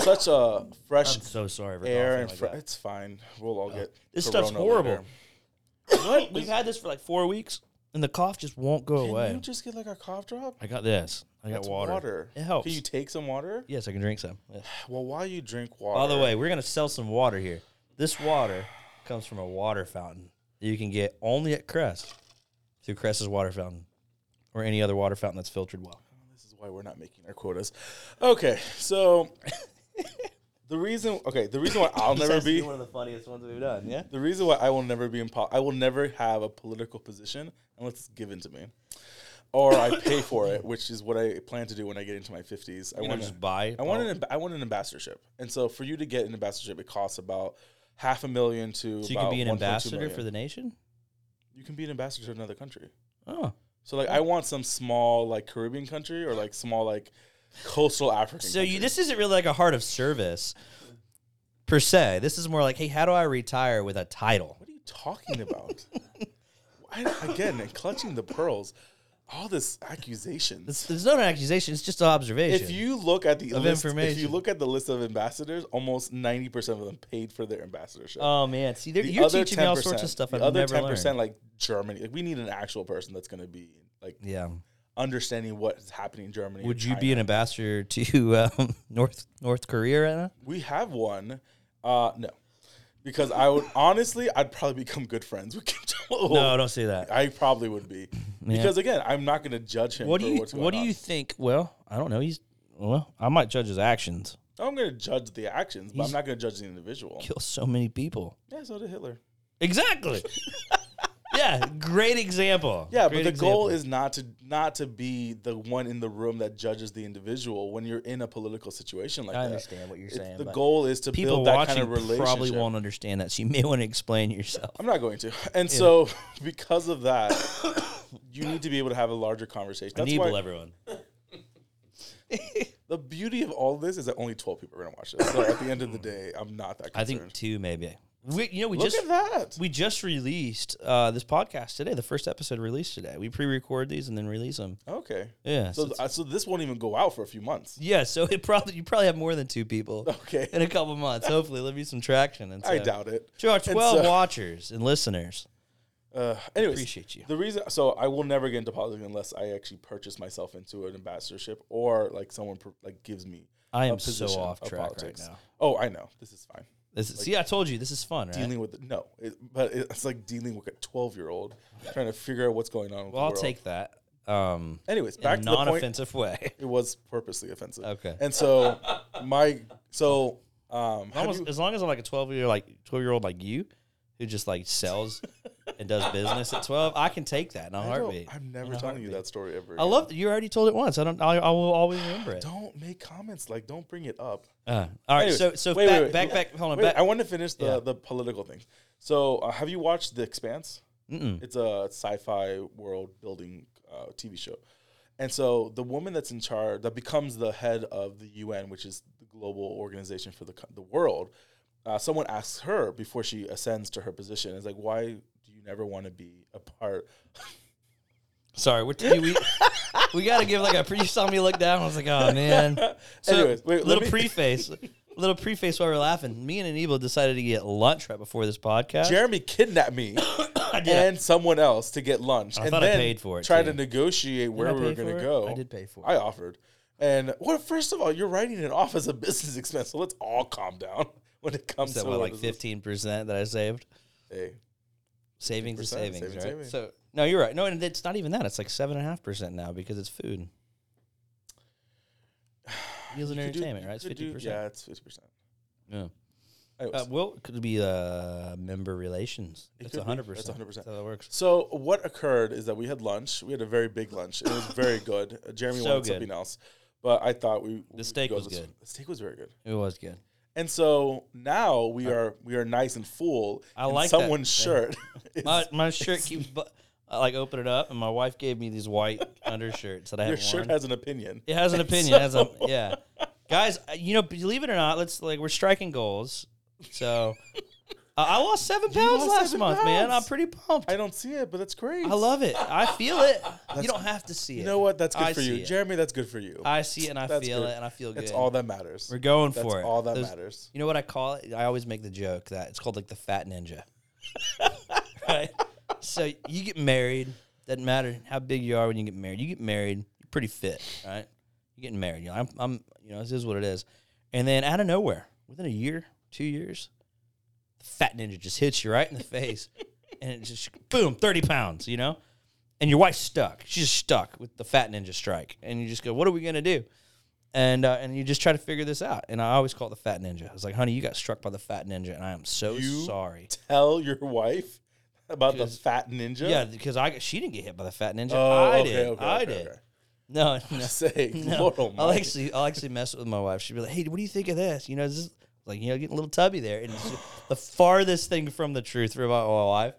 such a fresh
I'm so sorry for
*laughs* air
coughing
and
like
fre-
that.
it's fine. We'll all get
This stuff's
corona
horrible.
later.
What? We've had this for like four weeks, and the cough just won't go
Can
away.
you just get like a cough drop?
I got this. I got
It's
water. It helps.
Can you take some water?
yes, I can drink some. Yes.
Well, while you drink water,
By the way, we're gonna sell some water here. This water comes from a water fountain that you can get only at Crest through Crest's water fountain or any other water fountain that's filtered well.
this is why we're not making our quotas. Okay, so *laughs* the reason, okay, the reason why
*laughs*
I'll never be,
of the funniest ones we've done. Yeah.
the reason why I will never be in, pol- I will never have a political position unless it's given to me, or I pay for
*laughs*
it, which is what I plan to do when I get into my fifties. I
You know,
want to
just buy.
I want an amb- I want an ambassadorship, and so for you to get an ambassadorship, it costs about half a million to.
So you can
about
be an
1.2
ambassador
million.
for the nation.
You can be an ambassador to another country.
Oh,
So like I want some small like Caribbean country or like small like coastal African.
so
country.
you this isn't really like a heart of service per se. This is more like, hey, how do I retire with a title?
What are you talking about? *laughs* I, again, and clutching the pearls, all this accusations.
It's, there's no accusation. It's just an observation.
If you look at the
Of
list, if you
information.
look at the list of ambassadors, almost ninety percent of them paid for their ambassadorship.
oh man, see, there-
the
you're
other
teaching me all sorts of
10%,
stuff
The
I've
other
never learned.
like Germany, like we need an actual person that's going to be like
Yeah.
understanding what is happening in Germany.
Would
and
you
China.
be an ambassador to *laughs* um, North North Korea right now?
We have one. Uh, no, because I would honestly, I'd probably become good friends with Kim Jong.
No, don't say that.
I probably would be because again, I'm not going to judge him.
What do
for
you
What's going
What do
on.
you think? Well, I don't know. He's well. I might judge his actions.
I'm going to judge the actions, but I'm
He's-
not going to judge the individual.
Kill so many people.
Yeah, so did Hitler.
*laughs* Exactly. yeah, great example.
Yeah,
Great
but the
example.
goal is not to not to be the one in the room that judges the individual when you're in a political situation like
I
that.
understand what you're
It's-
saying,
The
but
goal is to
people
build that
watching
kind of relationship.
probably won't understand that, so you may want to explain yourself.
I'm not going to. And so *laughs* because of that, you need to be able to have a larger conversation. That's
Enable
why
everyone.
the beauty of all this is that only 12 people are going to watch this. So at the
*laughs*
end of the day, I'm not that
I
concerned.
think two maybe. We, you know, we
Look
just
at that.
we just released uh, this podcast today. The first episode released today. We pre-record these and then release them.
Okay.
Yeah.
So uh, so this won't even go out for a few months.
Yeah, so it probably you probably have more than two people
*laughs* Okay.
in a couple months. Hopefully, there'll be some traction. And so,
I doubt it.
To our
And
uh, twelve
so- *laughs*
watchers and listeners,
Uh, anyways,
Appreciate you.
The reason, so I will never get into politics unless I actually purchase myself into an ambassadorship or like someone pro- like gives me.
I
a
am so
position
off
of
track right
politics.
now.
Oh, I know this is fine.
this is, see, I told you this is fun, right?
Dealing with no, it, but it's like dealing with a twelve-year-old trying to figure out what's going on. With
well,
the
I'll
world.
take that um,
Anyways,
in a
back to the point.
non-offensive
*laughs*
way.
It was purposely offensive.
Okay.
And so my so um have
Almost,
you-
as long as I'm like a twelve year like twelve year old like you, who just like
*laughs*
sells and does business at twelve, I can take that in a
I don't-
heartbeat.
I'm never telling you that story ever.
I
again.
love that you already told it once. I don't. I, I will always remember it.
Don't make comments like don't bring it up.
Uh, all right.
Anyways,
so so
wait,
back
wait, wait.
back back. Hold on.
Wait,
back.
I want to finish the,
Yeah.
the political thing. So, uh, have you watched The Expanse?
Mm-mm.
It's a sci-fi world building uh, TV show, and so the woman that's in charge, that becomes the head of the UN, which is the global organization for the co- the world. Uh, someone asks her before she ascends to her position, "Is like, why do you never want to be a part?"
Sorry, what did we? we got to give like a. Pre- you saw me look down. I was like, oh man. So,
Anyways, wait, let
little
me- *laughs*
preface, little preface while we're laughing. Me and Anibal decided to get lunch right before this podcast.
Jeremy kidnapped
*coughs*
me *coughs*
I did.
and someone else to get lunch, and
thought I
then
paid for it,
tried
too.
to negotiate where
I
we were
pay for
going
it?
to go.
I did pay for it.
I offered. And well, first of all, you're writing it off as a *laughs* business expense, so let's all calm down *laughs* when it comes
Except
to
what,
what
like
business-
fifteen percent that I saved.
Hey,
Savings is
15%,
savings, right?
savings, savings.
So no, you're right. No, and it's not even that. It's like seven and a half percent now because it's
*sighs*
food. Meals and
you could do-
entertainment,
you
right? It's
could do-
fifty percent.
Yeah, it's fifty percent.
Yeah.
Anyways,
Uh, Will could be uh, member relations. It's
could be.
hundred
That's
percent.
100%.
How that works.
so what occurred is that we had lunch. We had a very big lunch. It was
*coughs*
very good. Uh, Jeremy
So
wanted
good.
something else, but I thought we the
steak was good.
The steak was very good.
It was good.
And so now we are we are nice and full.
I
and
like that
someone's
thing.
shirt. *laughs* is-
My my shirt keeps bu- I like open it up, and my wife gave me these
*laughs*
white undershirts that I
your
have
shirt
worn.
has an opinion.
it
*laughs*
has an opinion. it has a, yeah, guys, uh, you know, believe it or not, let's like we're striking goals. So uh, I lost seven pounds
lost
last
seven
month, man. I'm
pounds.
pretty pumped.
I
I,
don't see it, but that's great.
love it. I feel it. you don't have to see it.
You know what? That's good
I
for you,
see it.
Jeremy. That's good for you.
I see it and I
That's
feel
good.
it and I feel good.
that's all that matters.
We're going
that's
for it.
all that
There's-
matters.
You know what I call it? I always make the joke that it's called like the fat ninja. right? So you get married, doesn't matter how big you are when you get married. You get married, you're pretty fit, right? You're getting married. You know, I'm, I'm you know, this is what it is. And then out of nowhere, within a year, two years, the fat ninja just hits you right in the face. and it just boom, 30 pounds, you know? And your wife's stuck. She's stuck with the fat ninja strike. And you just go, what are we gonna do? and uh, and you just try to figure this out. And I always call it the fat ninja. I was like, honey, you got struck by the fat ninja, and I am so
You-
sorry.
Tell your wife about the fat ninja.
Yeah, because I got- she didn't get hit by the fat ninja.
Oh,
I
okay,
did.
okay,
I
okay,
did.
okay. *laughs*
No, *laughs* no.
Say,
No.
Lord
I'll
almighty.
actually, I'll actually mess with my wife. She'd be like, "Hey, what do you think of this? You know, is this like you know getting a little tubby there?" And it's the farthest thing from the truth for my my wife.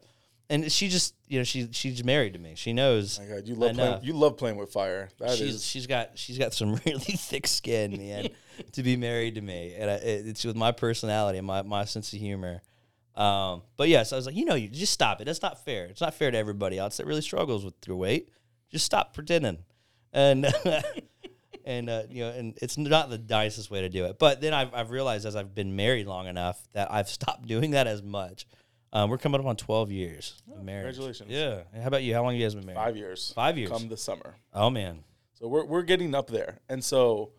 And she just, you know, she she's married to me. She knows.
Oh my God, you
I
love
know.
playing, you love playing with fire. That is
she's she's got she's got some *laughs* really thick skin,
*laughs*
man, to be married to me, and I, it- it's with my personality and my, my sense of humor. Um, but yes, I was like, you know, you just stop it. That's not fair. It's not fair to everybody else that really struggles with your weight. Just stop pretending, and *laughs* and uh, you know, and it's not the nicest way to do it. But then I've I've realized as I've been married long enough that I've *laughs* stopped doing that as much. Um, we're coming up on twelve years of marriage.
congratulations.
Yeah. How about you? How long you guys been married?
five years.
Five years.
Come the summer.
Oh man.
So we're we're getting up there. And so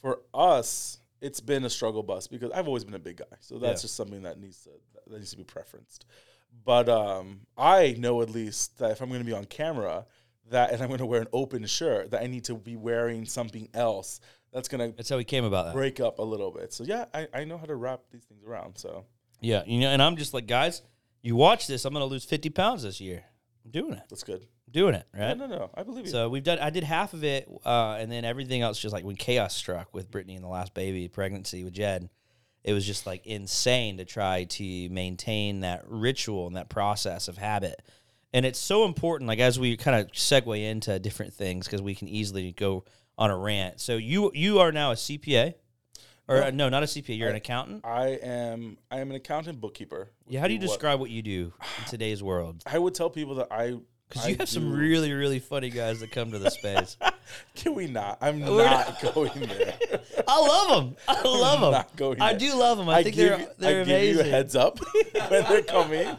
for us, it's been a struggle bus because I've always been a big guy. So that's
Yeah.
just something that needs to that needs to be preferenced. But um, I know at least that if I'm going to be on camera, that and I'm going to wear an open shirt, that I need to be wearing something else that's going to
That's how we came about that.
break up a little bit. So yeah, I, I know how to wrap these things around. So
Yeah, you know, and I'm just like, guys, you watch this, I'm gonna lose 50 pounds this year. I'm doing it,
that's good.
I'm doing it,
No,
right?
no, no. I believe you.
So we've done. I did half of it, uh, and then everything else, just like when chaos struck with Brittany and the last baby pregnancy with Jed, it was just like insane to try to maintain that ritual and that process of habit. And it's so important, like as we kind of segue into different things, because we can easily go on a rant. So you you are now a CPA, or uh, no, not a CPA. You're an accountant.
I am I am an accountant bookkeeper.
Yeah, how do you
What-
describe what you do
*sighs*
in today's world?
I would tell people that I
Because
I
you have some
do-
really, really funny guys that come to the
*laughs*
space.
Can we not? I'm
We're
not,
*laughs*
going there.
I love them. I love them.
not going
I
there.
do love them. I, think
give,
they're
you-
they're
I
amazing.
give you a heads up *laughs* when they're coming,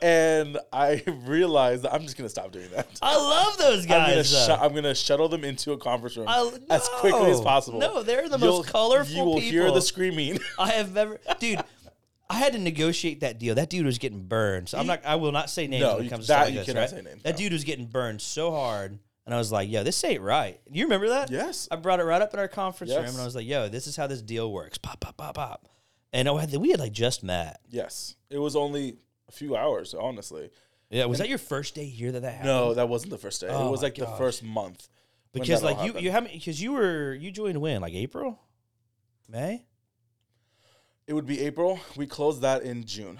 and I realize that I'm just gonna stop doing that.
I love those
I'm gonna,
guys.
shu-
though.
I'm gonna shuttle them into a conference room
I-
as quickly as
no.
possible.
No, they're the most colorful
You will hear
people.
the screaming. *laughs*
I have ever, dude. I had to negotiate that deal. That dude was getting burned. So I'm not. I will not say names
No,
when it
you-
comes
that
to stuff
you
like this,
cannot
right?
say names,
That
no.
dude was getting burned so hard, and I was like, "Yo, this ain't right." You remember that?
Yes.
I brought it right up in our conference room,
Yes.
and I was like, "Yo, this is how this deal works." Pop, pop, pop, pop. And I had, we had like just met.
yes, it was only a few hours, honestly.
Yeah, was that your first day here that that happened?
No, that wasn't the first day.
Oh
it was
my
like the
gosh.
first month. when
because
that all
like you,
happened.
you haven't because you were you joined when like April, May,
it would be April. We closed that in June.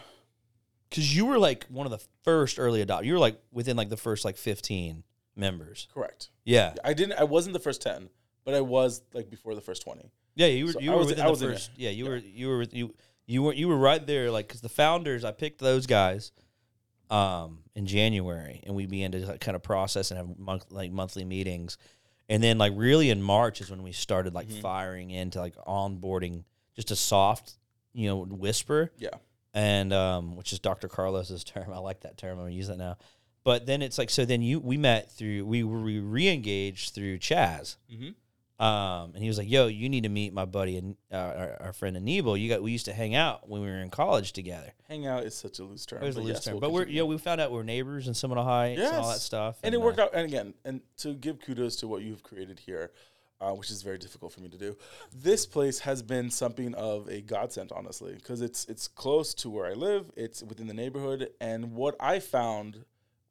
because you were like one of the first early adopters. You were like within like the first like fifteen members.
Correct.
Yeah,
I didn't. I wasn't the first ten, but I was like before the first twenty.
yeah, you were
So
you
I
were
was-
within
I
the
was in
first. Yeah, you were you were with you you were you were right there like because the founders I picked those guys, um, in January and we began to like, kind of process and have month like monthly meetings, and then like really in March is when we started
Mm-hmm.
like firing into like onboarding just a soft you know whisper.
Yeah.
and um, which is Dr. Carlos's *laughs* term. I like that term. I'm gonna use that now. But then it's like so. Then you we met through we were we re-engaged through Chaz,
Mhm.
um, and he was like, "Yo, you need to meet my buddy and uh, our, our friend Anibal. You got we used to hang out when we were in college together.
Hang out is such a loose term.
It was a
but
loose
yes,
term,
we'll
but we're
continue.
yo we found out we're neighbors in Seminole Heights and all that
Yes.
stuff, uh,
and it worked out. And again, and to give kudos to what you've created here, uh, which is very difficult for me to do. This place has been something of a godsend, honestly, because it's it's close to where I live. It's within the neighborhood, and what I found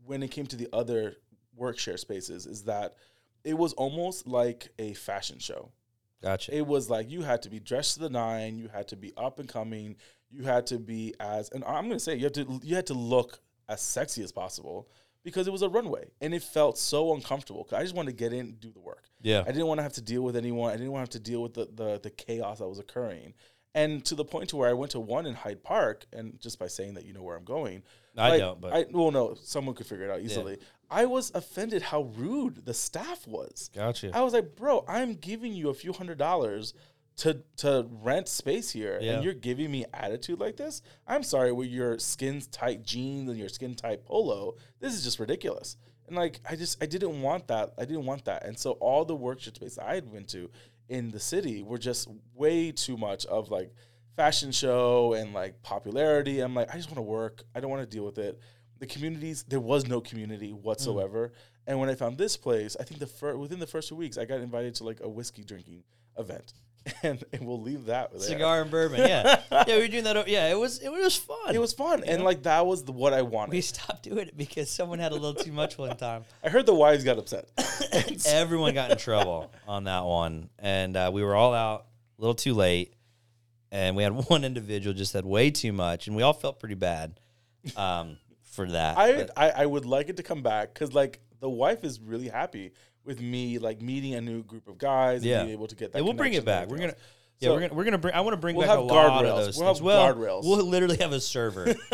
when it came to the other work share spaces is that it was almost like a fashion show.
Gotcha.
It was like you had to be dressed to the nine. You had to be up and coming. You had to be as, and I'm gonna say you had to you had to look as sexy as possible because it was a runway and it felt so uncomfortable. 'Cause I just wanted to get in, and do the work.
yeah.
I didn't want to have to deal with anyone. I didn't want to have to deal with the, the the chaos that was occurring. And to the point to where I went to one in Hyde Park, and just by saying that you know where I'm going,
I
like,
don't, but-
I well no, someone could figure it out easily. I was offended how rude the staff was.
Gotcha.
I was like, bro, I'm giving you a few hundred dollars to to rent space here,
Yeah.
and you're giving me attitude like this. I'm sorry, with your skin tight jeans and your skin tight polo, this is just ridiculous. And like, I just I didn't want that. I didn't want that. And so all the workshop space I had been to in the city were just way too much of like fashion show and like popularity. I'm like, I just want to work. I don't want to deal with it. The communities, there was no community whatsoever.
Mm.
And when I found this place, I think the fir- within the first two weeks, I got invited to like a whiskey drinking event, *laughs* and, and we'll leave that there.
Cigar and bourbon.
*laughs*
Yeah. yeah, we were doing that. o- Yeah, it was it was fun.
It was fun, and like that was the, what I
*laughs*
wanted.
we stopped doing it because someone had a little too much one time.
I heard the wives got upset. *laughs*
*laughs* Everyone got in trouble on that one, and uh, we were all out a little too late, and we had *laughs* one individual just had way too much, and we all felt pretty bad um, for that.
I,
but-
I I would like it to come back because like the wife is really happy with me like meeting a new group of guys.
Yeah.
and being able to get that.
and we'll bring it back.
connection and
We're
everything
gonna.
else.
Yeah,
So-
we're gonna we're gonna bring. I want to bring
We'll
back a
have
lot of
guardrails.
those
We'll
things.
have
well, *laughs*
guardrails.
we'll literally have a server *laughs*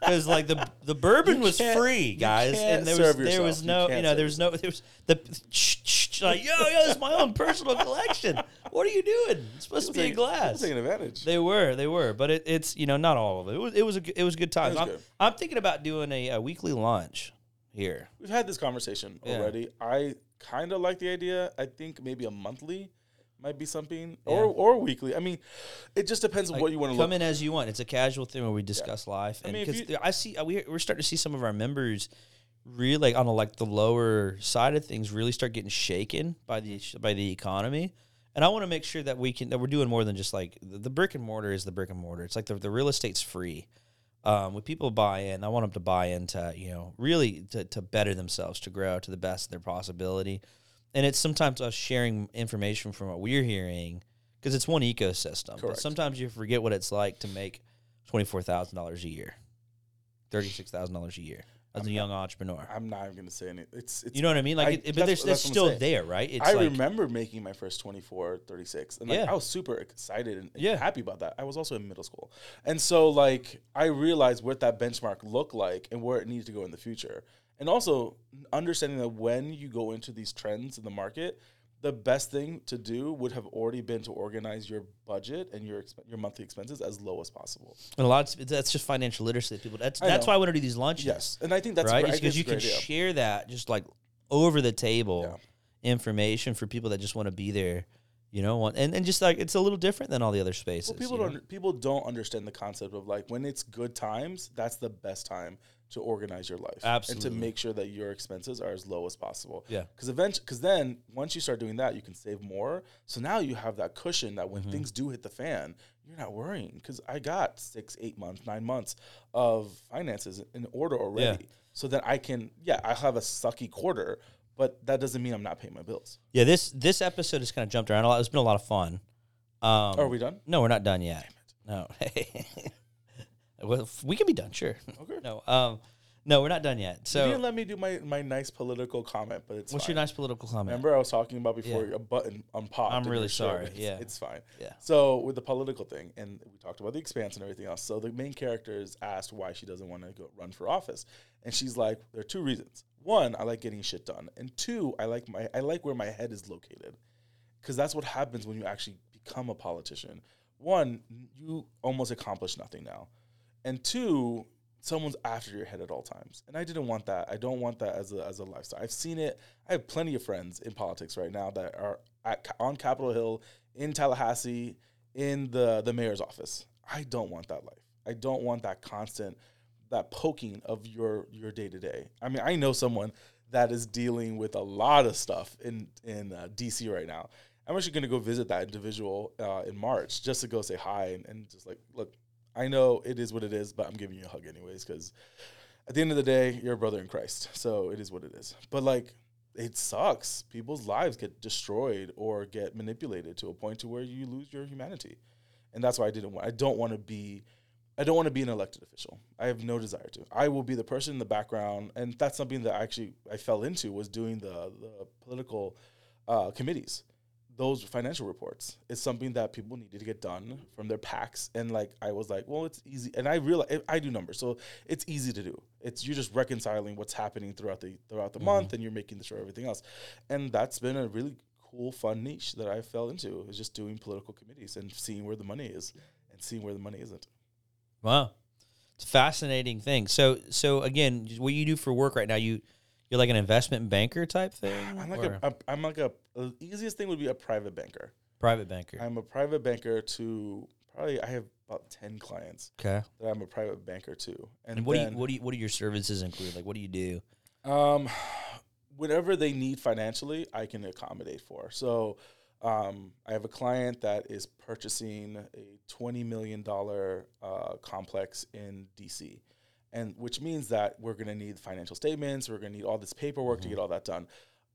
because like the the bourbon was
can't-
free,
you
guys,
can't
and there was
serve
there was
yourself. You
no you,
can't
know
serve
there was no there was the *laughs* like yo yo this is my own personal collection. What are you doing? It's supposed to be a
Taking-
glass.
Taking advantage.
They were, they were, but it, it's you know not all of it. It was it was a g- it was good time.
was
I'm,
good.
I'm thinking about doing a, a weekly lunch here.
We've had this conversation
Yeah.
already. I kind of like the idea. I think maybe a monthly might be something, or or weekly. I mean, it just depends on what you want to
come
look.
in as you want. It's a casual thing where we discuss life, and
mean, if
because
you-
I see we, we're starting to see some of our members really like on the, like the lower side of things really start getting shaken by the by the economy. And I want to make sure that we can that we're doing more than just like the, the brick and mortar is the brick and mortar. It's like the, the real estate's free. Um, when people buy in, I want them to buy into you know really to, to better themselves, to grow to the best of their possibility. And it's sometimes us sharing information from what we're hearing because it's one ecosystem. But
Correct.
sometimes you forget what it's like to make twenty four thousand dollars a year, thirty six thousand dollars a year as a young entrepreneur.
I'm not even going to say anything. It's, it's
You know what I mean? Like,
I-
it, but
that's
there's,
what-
that's
that's what I'm
still
saying.
there, right? It's
I
like,
remember making my first 24, 36. And like,
Yeah.
I was super excited and, and
Yeah.
happy about that. I was also in middle school. And so like I realized what that benchmark looked like and where it needed to go in the future. And also understanding that when you go into these trends in the market, the best thing to do would have already been to organize your budget and your exp- your monthly expenses as low as possible.
and a lot. Of, that's just financial literacy. that People. That's
I
that's
know.
why I want to do these lunches.
Yes. And I think that's
right?
great. I
It's
think
because you
it's
can
a great idea.
share that just like over the table information for people that just want to be there, you know. want- And and just like it's a little different than all the other spaces.
Well, people
you know?
don't people don't understand the concept of like when it's good times, that's the best time to organize your life
Absolutely.
and to make sure that your expenses are as low as possible.
Yeah.
Because eventually, because then once you start doing that, you can save more. So now you have that cushion that when
Mm-hmm.
things do hit the fan, you're not worrying. Because I got six, eight months, nine months of finances in order already. So that I can, yeah, I have a sucky quarter, but that doesn't mean I'm not paying my bills.
Yeah, this this episode has kind of jumped around a lot. It's been a lot of fun. Um,
Are we done?
No, we're not done yet. No. *laughs* well, if we can be done, sure.
Okay.
No, um, no, we're not done yet.
you didn't
So,
let me do my, my nice political comment, but it's
what's
fine.
your nice political comment?
Remember, I was talking about before a button um, unpopped.
I'm
in your
really
shirt.
sorry,
*laughs* It's-
yeah.
it's fine.
Yeah.
So with the political thing, and we talked about the expanse and everything else. So the main character is asked why she doesn't want to go run for office, and she's like, "There are two reasons. One, I like getting shit done, and two, I like my I like where my head is located, because that's what happens when you actually become a politician. One, you almost accomplish nothing now, and two, someone's after your head at all times. And I didn't want that. I don't want that as a, as a lifestyle. I've seen it. I have plenty of friends in politics right now that are at, on Capitol Hill, in Tallahassee, in the, the mayor's office. I don't want that life. I don't want that constant, that poking of your your day to day. I mean, I know someone that is dealing with a lot of stuff in in uh, DC right now. I'm actually going to go visit that individual uh, in March just to go say hi and, and just like, look, I know it is what it is, but I'm giving you a hug anyways because at the end of the day, you're a brother in Christ, so it is what it is. But like, it sucks. People's lives get destroyed or get manipulated to a point to where you lose your humanity, and that's why I didn't. Want, I don't want to be. I don't want to be an elected official. I have no desire to. I will be the person in the background, and that's something that I actually I fell into was doing the the political uh, committees, those financial reports. It's something that people needed to get done from their packs, and like I was like, well, it's easy, and I realize I do numbers, so it's easy to do. It's you're just reconciling what's happening throughout the throughout
Mm-hmm.
the month, and you're making sure everything else, and that's been a really cool, fun niche that I fell into is just doing political committees and seeing where the money is and seeing where the money isn't.
Wow, it's a fascinating thing. So, so again, what you do for work right now? You you're like an investment banker type thing.
I'm like
or
a, a I'm like a the easiest thing would be a private banker.
private banker.
I'm a private banker to probably I have about ten clients
okay.
that I'm a private banker to. And,
And what
then,
do you what do you what do your services include? Like, what do you do?
Um, whatever they need financially, I can accommodate for. So, um, I have a client that is purchasing a twenty million dollar uh, complex in DC, and which means that we're going to need financial statements. We're going to need all this paperwork to get all that done.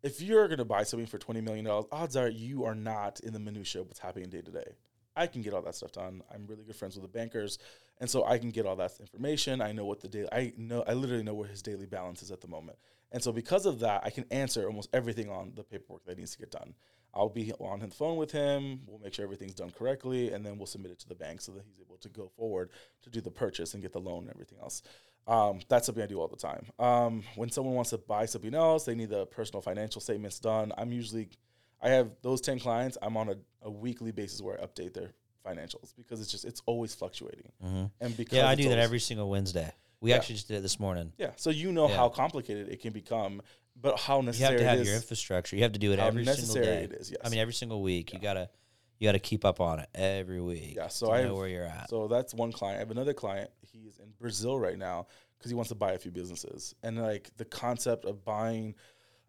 If you're going to buy something for twenty million dollars, odds are you are not in the minutia of what's happening day to day. I can get all that stuff done. I'm really good friends with the bankers, and so I can get all that information. I know what the daily. I know. I literally know where his daily balance is at the moment, and so because of that, I can answer almost everything on the paperwork that needs to get done. I'll be on the phone with him. We'll make sure everything's done correctly, and then we'll submit it to the bank so that he's able to go forward to do the purchase and get the loan and everything else. Um, that's something I do all the time. Um, when someone wants to buy something else, they need the personal financial statements done. I'm usually I have those 10 clients. I'm on a, a weekly basis where I update their financials because it's just, it's always fluctuating. And because
Yeah, I
it's
do that
always-
every single Wednesday. We
Yeah.
actually just did it this morning.
yeah. So you know
Yeah.
how complicated it can become, but how
You have
necessary
to have
it
your
is.
infrastructure. You have to do it
How
every single
necessary
day.
it is. Yes.
I mean, every single week. You gotta you gotta keep up on it every week.
Yeah, so
to
I
know
have-
where you're at.
So that's one client. I have another client. He's in Brazil right now because he wants to buy a few businesses. And like the concept of buying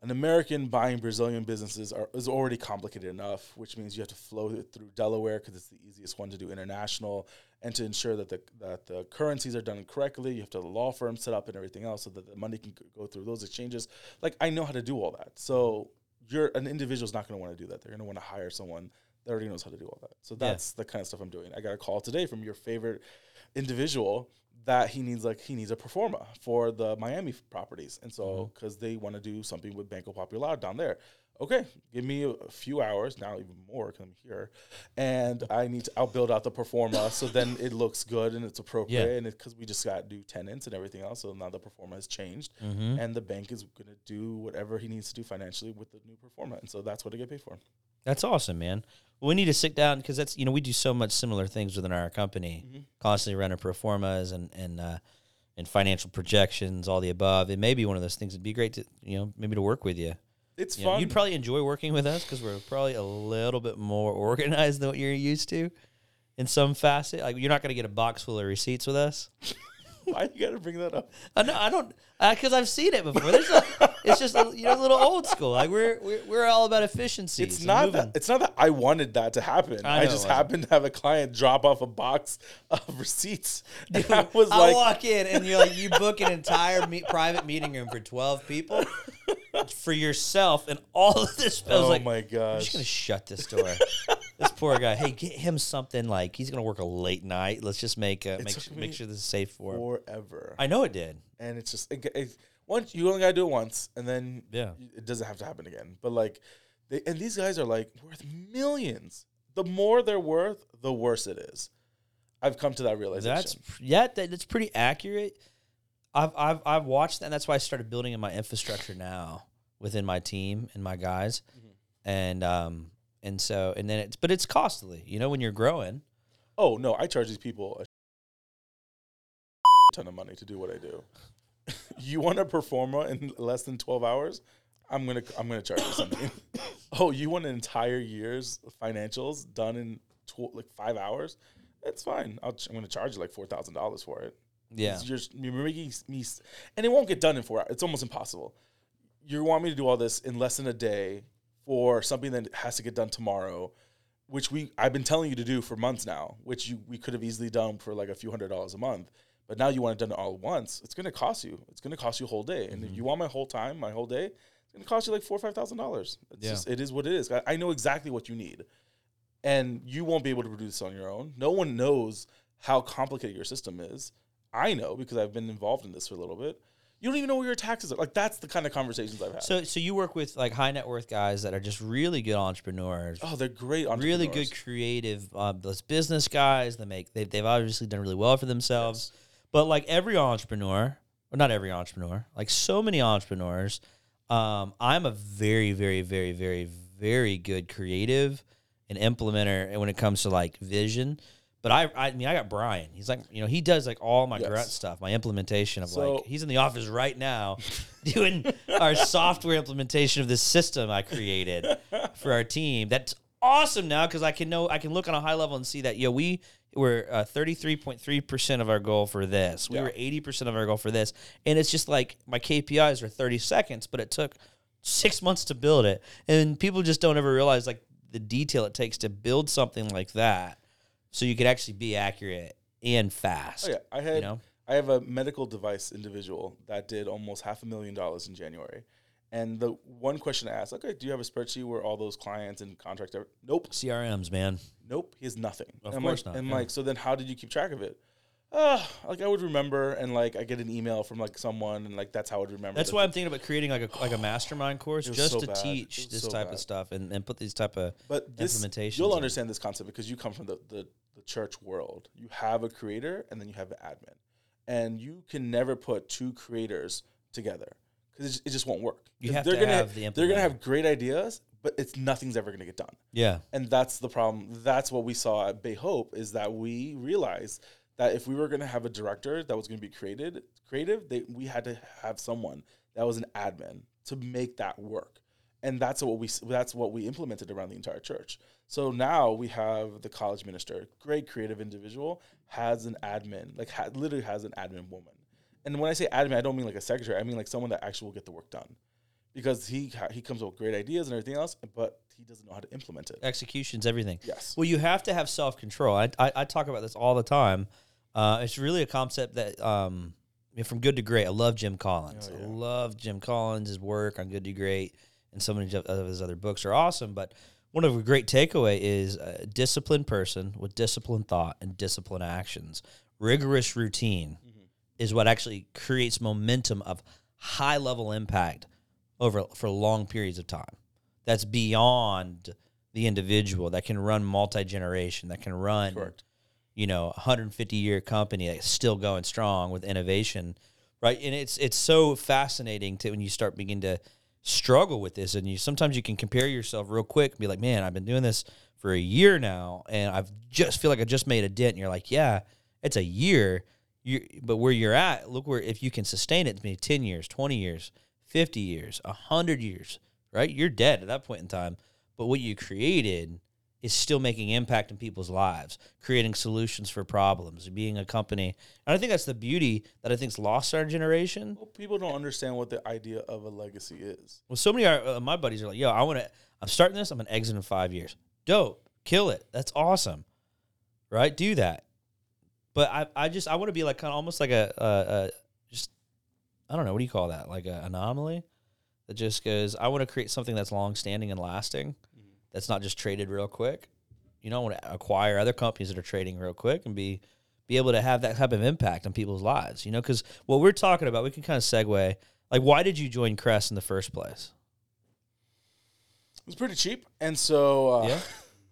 an American buying Brazilian businesses are, is already complicated enough, which means you have to flow it through Delaware because it's the easiest one to do international. And to ensure that the that the currencies are done correctly, you have to have a law firm set up and everything else so that the money can go through those exchanges. Like I know how to do all that. So you're an individual's not going to want to do that. They're going to want to hire someone that already knows how to do all that. So
Yeah.
that's the kind of stuff I'm doing. I got a call today from your favorite individual that he needs like he needs a performa for the Miami f- properties, and so
Mm-hmm.
because they want to do something with Banco Popular down there. Okay, give me a, a few hours now, even more. Cause I'm here, and I need to. I'll build out the
*laughs*
performa so then it looks good and it's appropriate,
Yeah.
and because we just got new tenants and everything else, so now the performa has changed,
Mhm.
and the bank is gonna do whatever he needs to do financially with the new performa, and so that's what I get paid for.
That's awesome, man. We need to sit down because that's you know we do so much similar things within our company,
Mm-hmm.
constantly running performas and and uh, and financial projections, all the above. It may be one of those things. It'd be great to you know maybe to work with you.
It's
You know,
fun.
you'd probably enjoy working with us because we're probably a little bit more organized than what you're used to in some facet. Like you're not going to get a box full of receipts with us.
*laughs* Why you gotta bring that up?
I know I don't because I've seen it before. There's a, it's just a, you know a little old school. Like we're we're, we're all about efficiency.
It's not that. It's not that I wanted that to happen.
I
I,
know it
just
wasn't.
happened to have a client drop off a box of *laughs* receipts, and I was
I
like,
walk in and you're like, you book an entire me- private meeting room for 12 people *laughs* for yourself, and all of this feels
"Oh
like,
my
I'm just
gosh!"
going to shut this door. this poor guy. Hey, get him something like he's going to work a late night. Let's just make uh, make,
took
sure,
me
make sure this is safe for him.
Forever,
I know it did.
and it's just it, it, once you only gotta do it once, and then
Yeah.
it doesn't have to happen again. But like, they, and these guys are like worth millions. The more they're worth, the worse it is. I've come to that realization.
That's yeah, that, that's pretty accurate. I've I've I've watched that. And that's why I started building in my infrastructure now within my team and my guys, and um and so and then it's but it's costly. You know when you're growing.
oh no, I charge these people a ton of money to do what I do. *laughs* you want a performer in less than twelve hours? I'm gonna I'm gonna charge you something. *coughs* oh, you want an entire year's financials done in tw- like five hours? That's fine. I'll ch- I'm gonna charge you like four thousand dollars for it.
Yeah.
You're, you're making s- me, s- and it won't get done in four hours. It's almost impossible. You want me to do all this in less than a day for something that has to get done tomorrow, which we I've been telling you to do for months now, which you we could have easily done for like a few hundred dollars a month. But now you want it done all at once. It's going to cost you. It's going to cost you a whole day. And if you want my whole time, my whole day, it's gonna cost you like four or five thousand dollars. It's
Yeah.
just it is what it is. I, I know exactly what you need, and you won't be able to produce on your own. No one knows how complicated your system is. I know because I've been involved in this for a little bit. You don't even know where your taxes are. Like that's the kind of conversations I've had.
So so you work with like high net worth guys that are just really good entrepreneurs.
oh, they're great.
Really
entrepreneurs.
good creative, uh, those business guys. They make they've, they've obviously done really well for themselves, but like every entrepreneur, or not every entrepreneur, like so many entrepreneurs, um, I'm a very very very very very good creative and implementer and when it comes to like vision. But I I mean I got Brian. He's like you know he does like all my
Yes.
grunt stuff, my implementation of
So-
like he's in the office right now *laughs* doing our software implementation of this system I created for our team. That's awesome now because I can know I can look on a high level and see that yo we were thirty three point three percent of our goal for this. We
Yeah.
were eighty percent of our goal for this, and it's just like my KPIs are thirty seconds, but it took six months to build it, and people just don't ever realize like the detail it takes to build something like that, so you could actually be accurate and fast.
Oh yeah, I had
You know?
I have a medical device individual that did almost half a million dollars in January, and the one question I asked, okay, do you have a spreadsheet where all those clients and contracts are? Nope,
CRMs, man.
nope, he has nothing.
Of
And I'm
course
like,
not,
And
yeah.
like, so then how did you keep track of it? Uh, like I would remember, and like I get an email from like someone, and like that's how I would remember.
That's
the
why I'm thinking about creating like a like a mastermind course
was
just
so
to
bad. It
teach
was
this
so
type of
bad.
stuff and, and put these type of
but this
implementations
you'll
and-
understand this concept because you come from the, the the church world you have a creator and then you have an admin and you can never put two creators together because it, just- it just won't work
You
'Cause
have
they're
to
gonna
have the
they're
implementer.
gonna have great ideas but it's nothing's ever gonna get done
yeah.
and that's the problem that's what we saw at bay hope is that we realized that if we were going to have a director that was going to be created creative they, we had to have someone that was an admin to make that work and that's what we that's what we implemented around the entire church so now we have the college minister great creative individual has an admin like ha- literally has an admin woman and when i say admin i don't mean like a secretary i mean like someone that actually will get the work done because he ha- he comes up with great ideas and everything else but he doesn't know how to implement it
executions, everything.
Yes.
Well, you have to have self control. I, I I talk about this all the time. Uh, it's really a concept that um, I mean, from good to great. I love Jim Collins.
Oh,
I
yeah.
love Jim Collins' his work on Good to Great, and so many of his other books are awesome. But one of the great takeaway is a disciplined person with disciplined thought and disciplined actions. Rigorous routine
Mm-hmm.
is what actually creates momentum of high level impact over for long periods of time. That's beyond the individual that can run multi generation, that can run
Correct.
you know, 150 year company that's still going strong with innovation, right? And it's it's so fascinating to when you start begin to struggle with this, and you sometimes you can compare yourself real quick and be like, man, I've been doing this for a year now, and I've just feel like I just made a dent. And you're like, yeah, it's a year, you but where you're at, look where if you can sustain it, maybe 10 years, 20 years, 50 years, 100 years, right? You're dead at that point in time. But what you created is still making impact in people's lives, creating solutions for problems, being a company. And I think that's the beauty that I think's lost our generation.
Well, people don't understand what the idea of a legacy is.
Well, so many of our- uh, my buddies are like, "Yo, I want to. I'm starting this. I'm gonna exit in five years. Dope. Kill it. That's awesome. Right? Do that. But I, I just, I want to be like kind of almost like a, a, a, just, I don't know, what do you call that? Like an anomaly that just goes. I want to create something that's long standing and lasting. That's not just traded real quick. You know, I want to acquire other companies that are trading real quick and be be able to have that type of impact on people's lives. You know, because what we're talking about, we can kind of segue. Like, why did you join Crest in the first place?
It was pretty cheap, and so uh, *laughs*
Yeah.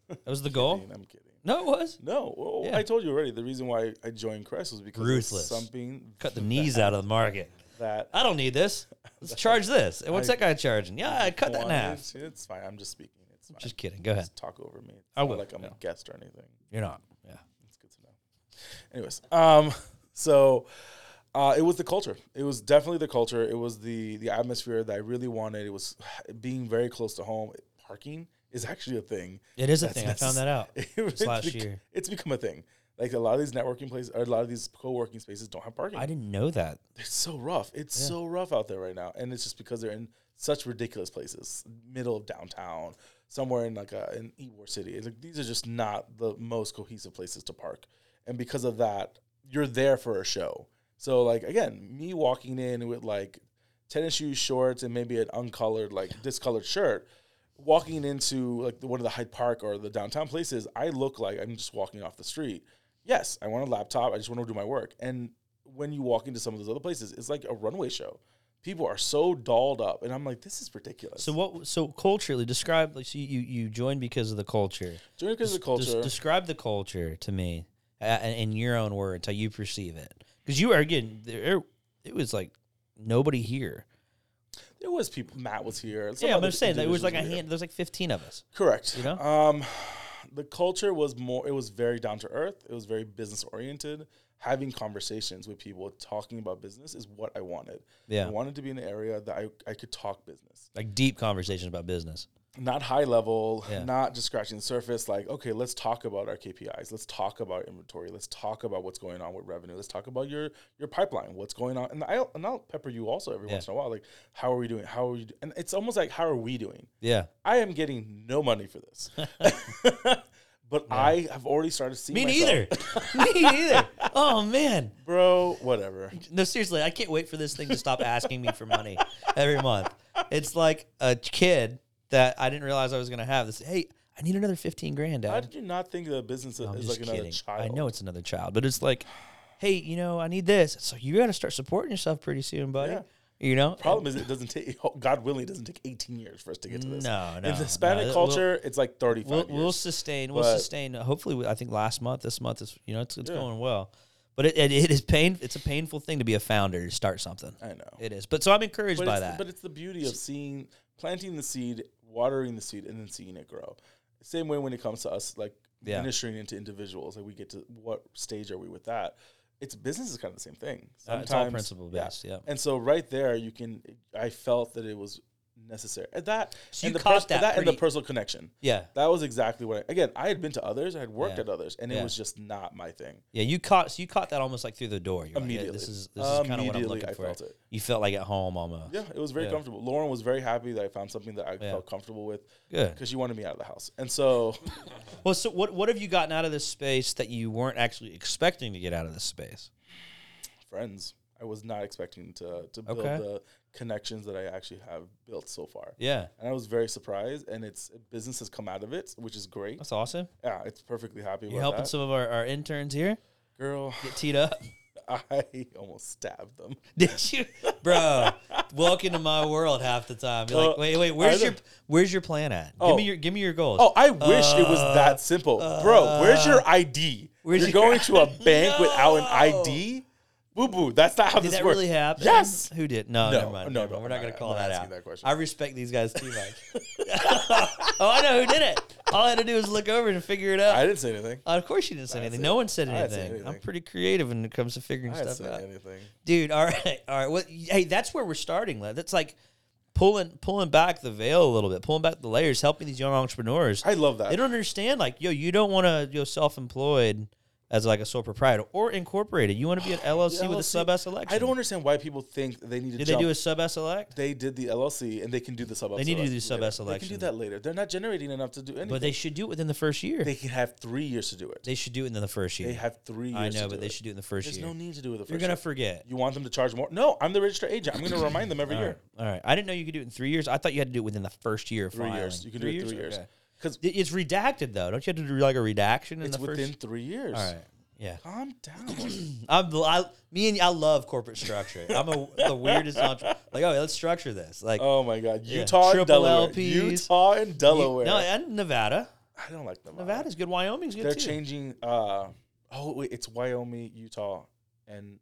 That was the goal.
I'm kidding.
No, it was.
No, well,
Yeah.
I told you already. The reason why I joined Crest was because it's
Ruthless. Uh,
something
Cut the knees out of the market.
that
I don't need this. Let's charge this. And what's that guy charging? Yeah, I cut that in half.
wanted- It's fine. I'm just speaking. It's fine.
Just kidding. Go ahead.
Just talk over me. It's
I
not
will,
like I'm
yeah.
a guest or anything.
You're not. Yeah.
It's good to know. Anyways, um, *laughs* so uh, it was the culture. It was definitely the culture. It was the the atmosphere that I really wanted. It was *sighs* being very close to home. Parking is actually a thing.
It is a
That's
thing. I found
necess-
that out.
*laughs* It's
last
bec-
year.
It's become a thing. Like a lot of these networking places, or a lot of these co-working spaces don't have parking.
I didn't know that.
it's so rough. It's so rough out there right now, and it's just because they're in such ridiculous places, middle of downtown, somewhere in like a, an Ybor city. It's like these are just not the most cohesive places to park, and because of that, you're there for a show. So like again, me walking in with like tennis shoes, shorts, and maybe an uncolored, like discolored shirt, walking into like the, one of the Hyde Park or the downtown places, I look like I'm just walking off the street. Yes, I want a laptop. I just want to do my work. And when you walk into some of those other places, it's like a runway show. People are so dolled up, and I'm like, this is ridiculous.
So what? So culturally, describe. Like, so you you joined because of the culture.
Join because of the
Des-
culture.
describe the culture to me uh, in your own words, how you perceive it. Because you are again, there. It was like nobody here.
there was people. Matt was here. some
Yeah, but
other
I'm saying that it was
individuals
like a
were here.
hand. There's like 15 of us.
Correct.
You know?
um, the culture was more. It was very down to earth. It was very business oriented. Having conversations with people, talking about business, is what I wanted.
Yeah.
I wanted to be in an area that I, I could talk business,
Like deep conversations about business.
not high level,
Yeah.
not just scratching the surface. Like, okay, let's talk about our KPIs. Let's talk about inventory. Let's talk about what's going on with revenue. Let's talk about your your pipeline. What's going on? And I'll and I'll pepper you also every once in a while. Like, how are we doing? How are you? And it's almost like, how are we doing? *laughs*
Yeah.
I am getting no money for
*laughs*
this. *laughs* but I have already started seeing
Me
myself-
neither.
*laughs*
Me neither. *laughs* Oh man.
Bro, whatever.
No, seriously, I can't wait for this thing to stop asking me for money every month. It's like a kid that I didn't realize I was gonna have. This hey, I need another fifteen grand,
How
Dad.
did you not think the business
I'm
is
just
like another
kidding.
child?
I know it's another child, but it's like, hey, you know, I need this. So you got to start supporting yourself pretty soon, buddy.
Yeah.
You know,
Problem is, it doesn't take. *laughs* God willing, it doesn't take 18 years for us to get to this.
No, no,
In the Hispanic
no, we'll-
culture, it's like 35
we'll,
years.
we'll sustain. We'll
But-
sustain. Hopefully, we- I think last month, this month is you know it's, it's
Yeah.
going well, but it, it, it is pain. It's a painful thing to be a founder to start something.
I know.
It is, but so I'm encouraged
but
by
it's,
that.
But it's the beauty of seeing, planting the seed, watering the seed, and then seeing it grow. Same way when it comes to us, like
Yeah.
ministering into individuals, like we get to what stage are we with that? It's business is kind of the same thing.
Uh,
Sometimes,
it's all principle
yeah.
based. Yeah.
And so right there, you can. I felt that it was necessary. And that
So
and
you
the
caught
pers-
that
and the
pretty-
personal connection.
Yeah.
That was exactly what. I, again, I had been to others. I had worked
Yeah.
at others, and
Yeah.
it was just not my thing.
Yeah, you caught so you caught that almost like through the door. You're like, yeah,
Immediately.
this is this is kind of what I'm
Immediately
looking
I
for.
felt it.
You felt like at home almost.
Yeah, it was very
Yeah.
comfortable. Lauren was very happy that I found something that I
Yeah.
felt comfortable with
Good.
because she wanted me out of the house. And so *laughs*
Well, so what what have you gotten out of this space that you weren't actually expecting to get out of this space?
friends, I was not expecting to to build
Okay.
the connections that I actually have built so far.
Yeah,
And I was very surprised, and it's business has come out of it, which is great.
that's awesome.
Yeah, it's perfectly happy
You're
about
helping
that.
some of our, our interns here
Girl,
get teed up.
*laughs* I almost stabbed them.
Did you, bro? welcome to my world. Half the time, you're like,
Uh,
wait, wait,
I
where's
don't-
your where's your plan at?
Oh.
Give me your give me your goals.
Oh, I wish it was that simple, bro. Where's your ID?
Uh, where's
You're
your- *laughs*
going to a bank without an
No.
ID? Boo boo. That's not how
did
this
that
works.
really happen?
Yes.
Who did? No,
No,
never mind.
no,
never mind.
no,
We're
I'm
not
not-
gonna call
I'm not
that
asking
out.
that question.
I respect these guys too much. *laughs* oh, I know who did it. All I had to do was look over and figure it out.
I didn't say anything.
Uh, of course you didn't say anything.
say-
No one said
I didn't say
anything. I'm
anything.
pretty creative when it comes to figuring
I didn't
stuff
say
out.
anything.
Dude, all right. All right. Well, hey, that's where we're starting. like, That's like pulling pulling back the veil a little bit, pulling back the layers, helping these young entrepreneurs.
I love that.
they don't understand like, yo, you don't want to yo self-employed as like a sole proprietor or incorporated. You want to be an
*sighs*
LLC with a
LLC
sub S election.
I don't understand why people think they need to
Did
jump.
they do a sub S elect?
they did the LLC and they can do the sub.
They need to do the
select
sub
later.
S
They
election.
can do that later. They're not generating enough to do anything.
But they should do it within the first year.
they
They,
can have three years to do it.
should do it in the first year.
They have three years.
I know,
to
but
do
they
it.
should do it in the 1st
There's
year.
no need to do it the 1st
You're gonna forget.
You want them to charge more? No, I'm the registered agent. I'm going to remind them every year.
All right. I didn't know you could do it in three years. I thought you had to do it within the first year of
Three
filing.
years. You can do it three years.
Okay.
Because
It- It's redacted though. Don't you have to do like a redaction in
it's
the first?
within three years.
All right. Yeah.
Calm down.
*clears throat* I'm I, me and I love corporate structure. I'm a, the weirdest entrepreneur. Like, oh, let's structure this. Like,
oh my God. Utah and
Triple
Delaware.
LPs.
Utah and Delaware.
no, and Nevada.
I don't like them.
Nevada's good. Wyoming's good
They're
too.
changing. Uh, oh, wait. It's Wyoming, Utah, and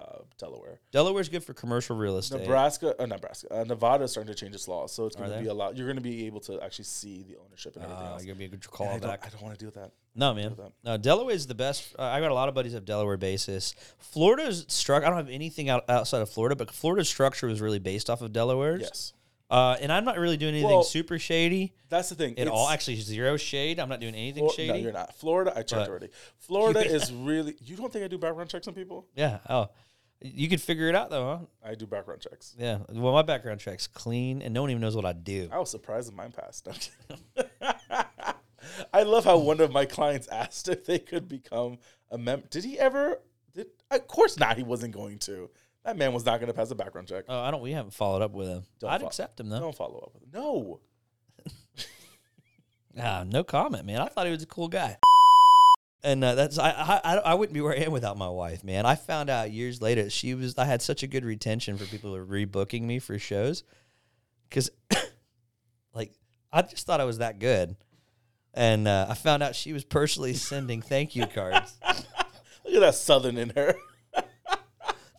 uh, Delaware.
Delaware's good for commercial real estate.
Nebraska, uh, Nebraska, uh, Nevada is starting to change its laws, so it's
Are
going to
they?
be a lot. You're going to be able to actually see the ownership and everything
Uh,
else.
you're gonna be a good
And I
callback.
don't, I don't want to deal with that.
No, man.
that.
No, Delaware's the best. Uh, I got a lot of buddies have Delaware basis. Florida's struck. I don't have anything out, outside of Florida, but Florida's structure was really based off of Delaware's.
Yes,
Uh, and I'm not really doing anything
Well,
super shady
that's the thing.
at all.
It's-
Actually, zero shade. I'm not doing anything
Flor-
shady.
No, you're not. Florida, I checked
But-
already.
*laughs*
Florida is really. You don't think I do background checks on people?
yeah. Oh, you could figure it out though, huh?
I do background checks.
Yeah. Well, my background check's clean, and no one even knows what I do.
I was surprised that mine passed. No, I'm kidding. *laughs* I love how one of my clients asked if they could become a member. Did he ever? Did of course not. He wasn't going to. That man was not going to pass a background check.
Oh, I don't. We haven't followed up with him.
Don't
I'd
fo-
accept him though.
Don't follow up with it. No.
Ah, no comment, man. I thought he was a cool guy. And uh, that's I, I I- I wouldn't be where I am without my wife, man. I found out years later that she was. I had such a good retention for people who were rebooking me for shows, because *coughs* like I just thought I was that good, and uh, I found out she was personally sending thank you cards
Look at that southern in her. *laughs*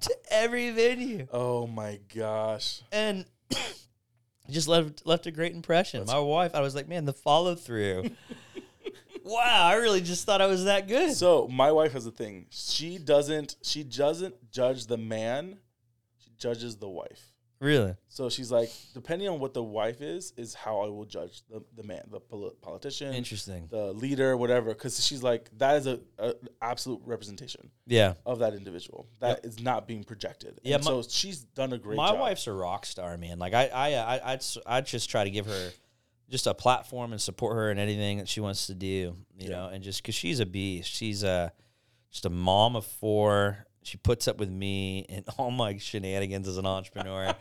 to every venue,
Oh my gosh.
and *coughs* just left left a great impression. My wife, I was like, man, the follow through. wow, I really just thought I was that good.
So my wife has a thing. She doesn't. She doesn't judge the man. She judges the wife.
Really.
So she's like, depending on what the wife is, is how I will judge the, the man, the poli- politician,
Interesting.
the leader, whatever. Because she's like, that is a, a absolute representation
Yeah.
of that individual. That is not being projected.
Yeah,
Yeah.
my-
so she's done a great.
My
job.
wife's a rock star, man. Like I, I, I, I'd, I'd just try to give her just a platform and support her in anything that she wants to do, you know, and just because she's a beast, she's a just a mom of four. She puts up with me and *laughs* all my shenanigans as an
*laughs*
entrepreneur.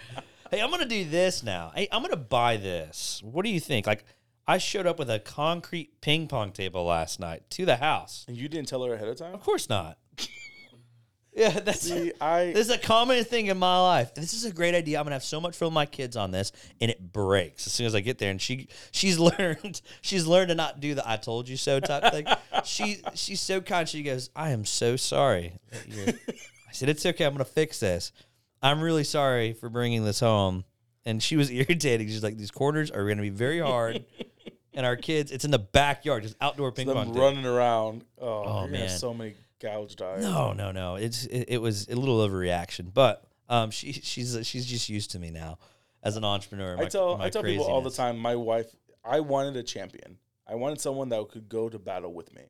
hey, I'm gonna do this now. Hey, I'm gonna buy this. What do you think? Like, I showed up with a concrete ping pong table last night to the house.
And you didn't tell her ahead of time.
Of course not. *laughs* yeah, that's
See, I
This is a common thing in my life. This is a great idea. I'm gonna have so much fun with my kids on this, and it breaks as soon as I get there. And she she's *laughs* learned she's learned to not do the "I told you so" type thing. she she's so kind. She goes, "I am so sorry." that you're-" I said, "It's okay. I'm gonna fix this. I'm really sorry for bringing this home." And she was *laughs* irritated. She's like, "These corners are gonna be very hard." And our kids, it's in the backyard, just outdoor ping pong.
them
table.
running around. Oh, you're gonna have
man.
so many gouged eyes.
No, no, no. It's it, it was a little overreaction, but um, she she's she's just used to me now as an entrepreneur.
I tell I tell people all the time. My wife, I wanted a champion. I wanted someone that could go to battle with me,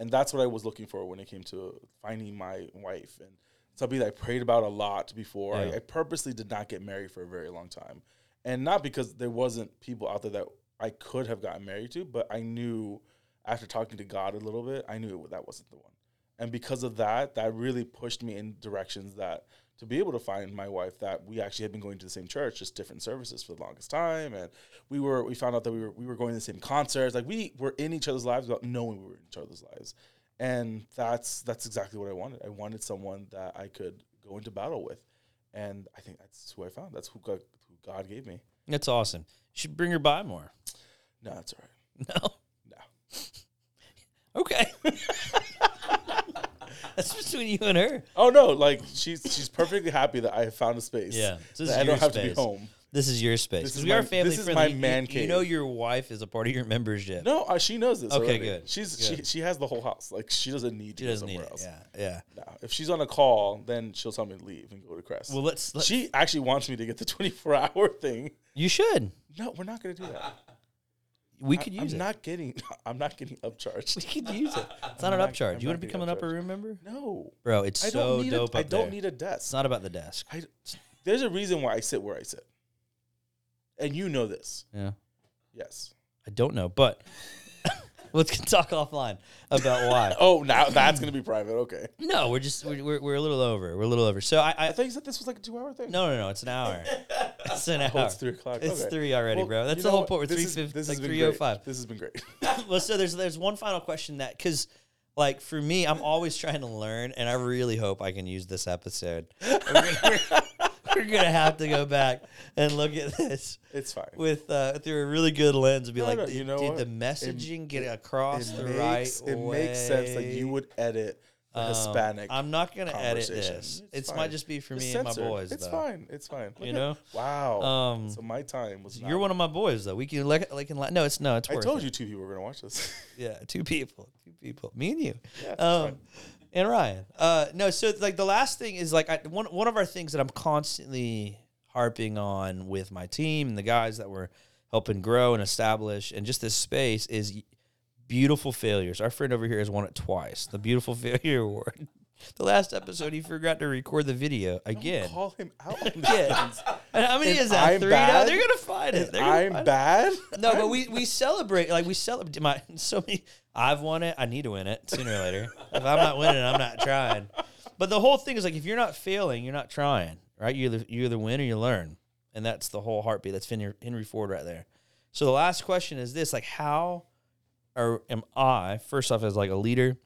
and that's what I was looking for when it came to finding my wife and somebody that I prayed about a lot before.
Yeah.
I, I purposely did not get married for a very long time, and not because there wasn't people out there that I could have gotten married to, but I knew after talking to God a little bit, I knew that wasn't the one. And because of that, that really pushed me in directions that to be able to find my wife that we actually had been going to the same church, just different services for the longest time. And we were we found out that we were we were going to the same concerts. Like we were in each other's lives without knowing we were in each other's lives. And that's that's exactly what I wanted. I wanted someone that I could go into battle with. And I think that's who I found. That's who God, who God gave me.
That's awesome. You should bring her by more.
No, that's all right.
No.
No. *laughs*
Okay. That's between you and her.
Oh no, like she's she's perfectly happy that I have found a space.
Yeah, so this is
that I
your
don't have to be
space.
home.
This is your space.
This
'Cause
is
we are
my-
family
this is
friendly.
my
You-
man
you,
cave.
know your wife is a part of your membership.
No, uh, she knows this.
Okay,
already.
good,
She's
good.
she she has the whole house. Like she doesn't need to
she
go
doesn't need
somewhere
it.
else.
Yeah, yeah.
No, if she's on a call, then she'll tell me to leave and go to Crest.
Well, let's. let
she actually wants me to get the *laughs* twenty four hour thing.
you should.
No, we're not gonna do that.
We could use
I'm
it.
not getting. *laughs* I'm not getting
*laughs* we
upcharged.
could use
*laughs*
it. It's not an
not-
upcharge.
I'm
you want
not
to
getting
become an upper
upcharged.
room member,
No,
bro? It's
I
so
don't need.
dope.
a, I
up
don't
there.
need a desk.
It's not about the desk.
I, there's a reason why I sit where I sit, and you know this.
Yeah.
Yes.
I don't know, but *laughs* let's talk offline about
*laughs*
why. *clears throat*
Oh, now that's gonna be private. Okay.
No, we're just we're, we're, we're a little over. We're a little over. So I, I
I thought you said this was like a two hour thing.
no no no. It's an hour. It's an hour.
*laughs* Oh, it's three o'clock.
It's
Okay.
three already,
Well,
bro. That's
you
the
know
whole
what?
point. We're
This
three
is-
fifty,
this
like
has been
three oh
great. *laughs*
five.
This has been
*laughs*
great.
Well, so there's there's one final question that because like for me, I'm always trying to learn, and I really hope I can use this episode. *laughs* We're gonna, we're- we're gonna have to go back and look at this
It's fine.
with uh, through a really good lens and be
No,
like,
no,
did,
you know
did
what?
the
It-
messaging get across the
makes,
right
it
way?
makes sense that you would edit the
Um,
Hispanic.
I'm not gonna edit
conversation.
this.
It's
It
fine.
might just be for
It's
me and
censored.
my boys.
It's
though.
fine. It's fine. Look
You
at-
know?
*laughs* Wow.
Um,
so my time was.
You're
not-
one of my boys though. We can like like and no, it's no, it's
I
worth
told
it.
you two people were gonna
*laughs*
watch this.
Yeah, two people, two people, me and you,
it's
um, and Ryan. Uh, no, so like the last thing is like I, one one of our things that I'm constantly harping on with my team and the guys that we're helping grow and establish, and just this space is beautiful failures. Our friend over here has won it twice, the beautiful *laughs* failure award. The last episode, he forgot to record the video again.
Call him
*laughs*
out. on this.
Yeah. And how many
And
is that?
I'm
Three now?
bad?
They're gonna find it. They're gonna
I'm
find it.
bad.
No, but
I'm-
we we celebrate like we celebrate. My so many. I've won it. I need to win it sooner or later. If I'm not winning, I'm not trying. But the whole thing is like if you're not failing, you're not trying, right? You either, you either win or you learn, and that's the whole heartbeat. That's Henry, Henry Ford right there. So the last question is this: like, how or am I first off as like a leader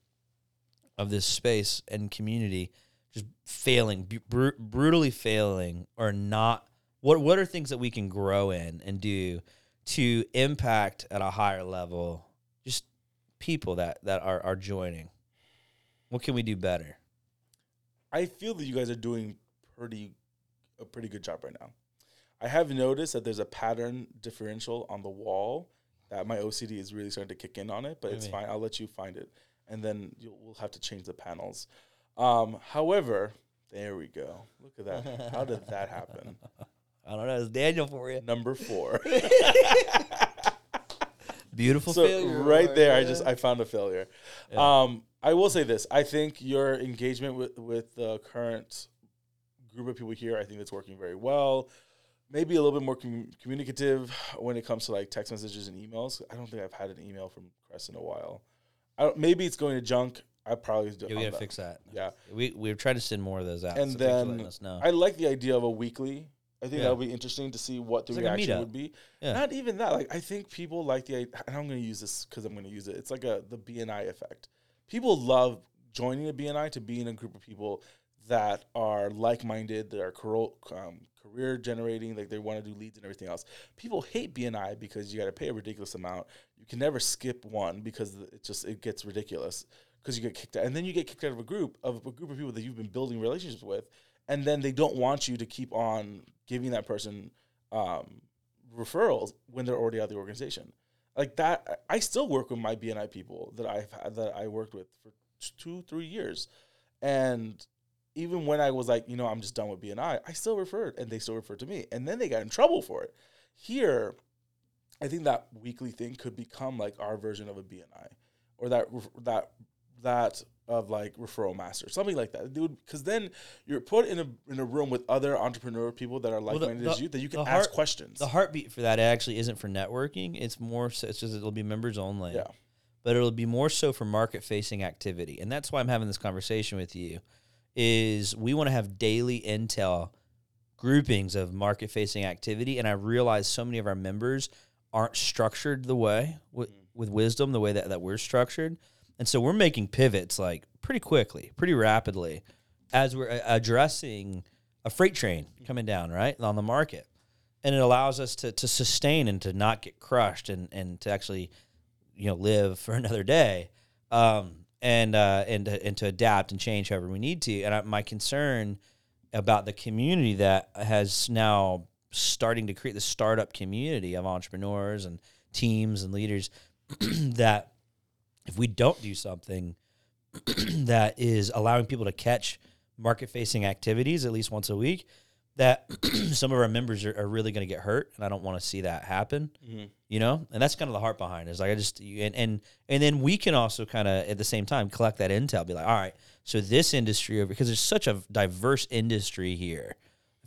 of this space and community, just failing, bu- bru- brutally failing, or not? What What are things that we can grow in and do to impact at a higher level? Just people that that are are joining. What can we do better?
I feel that you guys are doing pretty a pretty good job right now. I have noticed that there's a pattern differential on the wall that my OCD is really starting to kick in on it,
What do
but
you
it's
mean?
fine. I'll let you find it, and then you'll, we'll have to change the panels. Um, however, there we go. Look at that. How did
*laughs*
that happen?
I don't know. It's Daniel for you.
Number four.
Beautiful
so
failure.
right
award,
there, I
yeah.
just I found a failure.
Yeah.
Um, I will say this: I think your engagement with with the current group of people here, I think that's working very well. Maybe a little bit more com- communicative when it comes to like text messages and emails. I don't think I've had an email from Crest in a while. I don't, maybe it's going to junk. I probably do.
yeah, we gotta fix that.
Yeah,
We we're trying to send more of those out.
And
so thanks for
then
letting us know.
I like the idea of a weekly. I think
Yeah.
that would be interesting to see what the
It's like a
reaction
meetup.
would be.
Yeah.
Not even that. Like I think people like the. idea. And I'm going to use this because I'm going to use it. It's like a the BNI effect. People love joining a BNI to be in a group of people that are like-minded, that are caro- um, career generating, like they want to do leads and everything else. People hate BNI because you got to pay a ridiculous amount. You can never skip one because it just it gets ridiculous because you get kicked out, and then you get kicked out of a group of a group of people that you've been building relationships with, and then they don't want you to keep on giving that person um, referrals when they're already out of the organization. Like that, I I still work with my BNI people that I've had, that I worked with for t- two, three years, and even when I was like, you know, I'm just done with BNI, I still referred, and they still referred to me, and then they got in trouble for it. Here, I think that weekly thing could become like our version of a BNI, or that ref- that that of like referral master, something like that. Because then you're put in a in a room with other entrepreneur people that are
Well,
like
the-
minded as
the-
you that you can
the
ask
heart-
questions.
the heartbeat for that actually isn't for networking. It's more so, it's just it'll be members only.
Yeah.
But it'll be more so for market facing activity. And that's why I'm having this conversation with you is we want to have daily intel groupings of market facing activity and I realize so many of our members aren't structured the way with, with wisdom the way that, that we're structured. And so we're making pivots like pretty quickly, pretty rapidly as we're uh, addressing a freight train coming down, right? On the market and it allows us to, to sustain and to not get crushed and, and to actually you know live for *laughs* another day um, and uh, and to- and to adapt and change however we need to and I, my concern about the community that has now starting to create the startup community of entrepreneurs and teams and leaders *clears throat* that if we don't do something *clears throat* that is allowing people to catch market facing activities at least once a week that *clears throat* some of our members are, are really going to get hurt and i don't want to see that happen you know and that's kind of the heart behind it is like i just you- and and and then we can also kind of at the same time collect that intel be like all right so this industry over because there's such a diverse industry here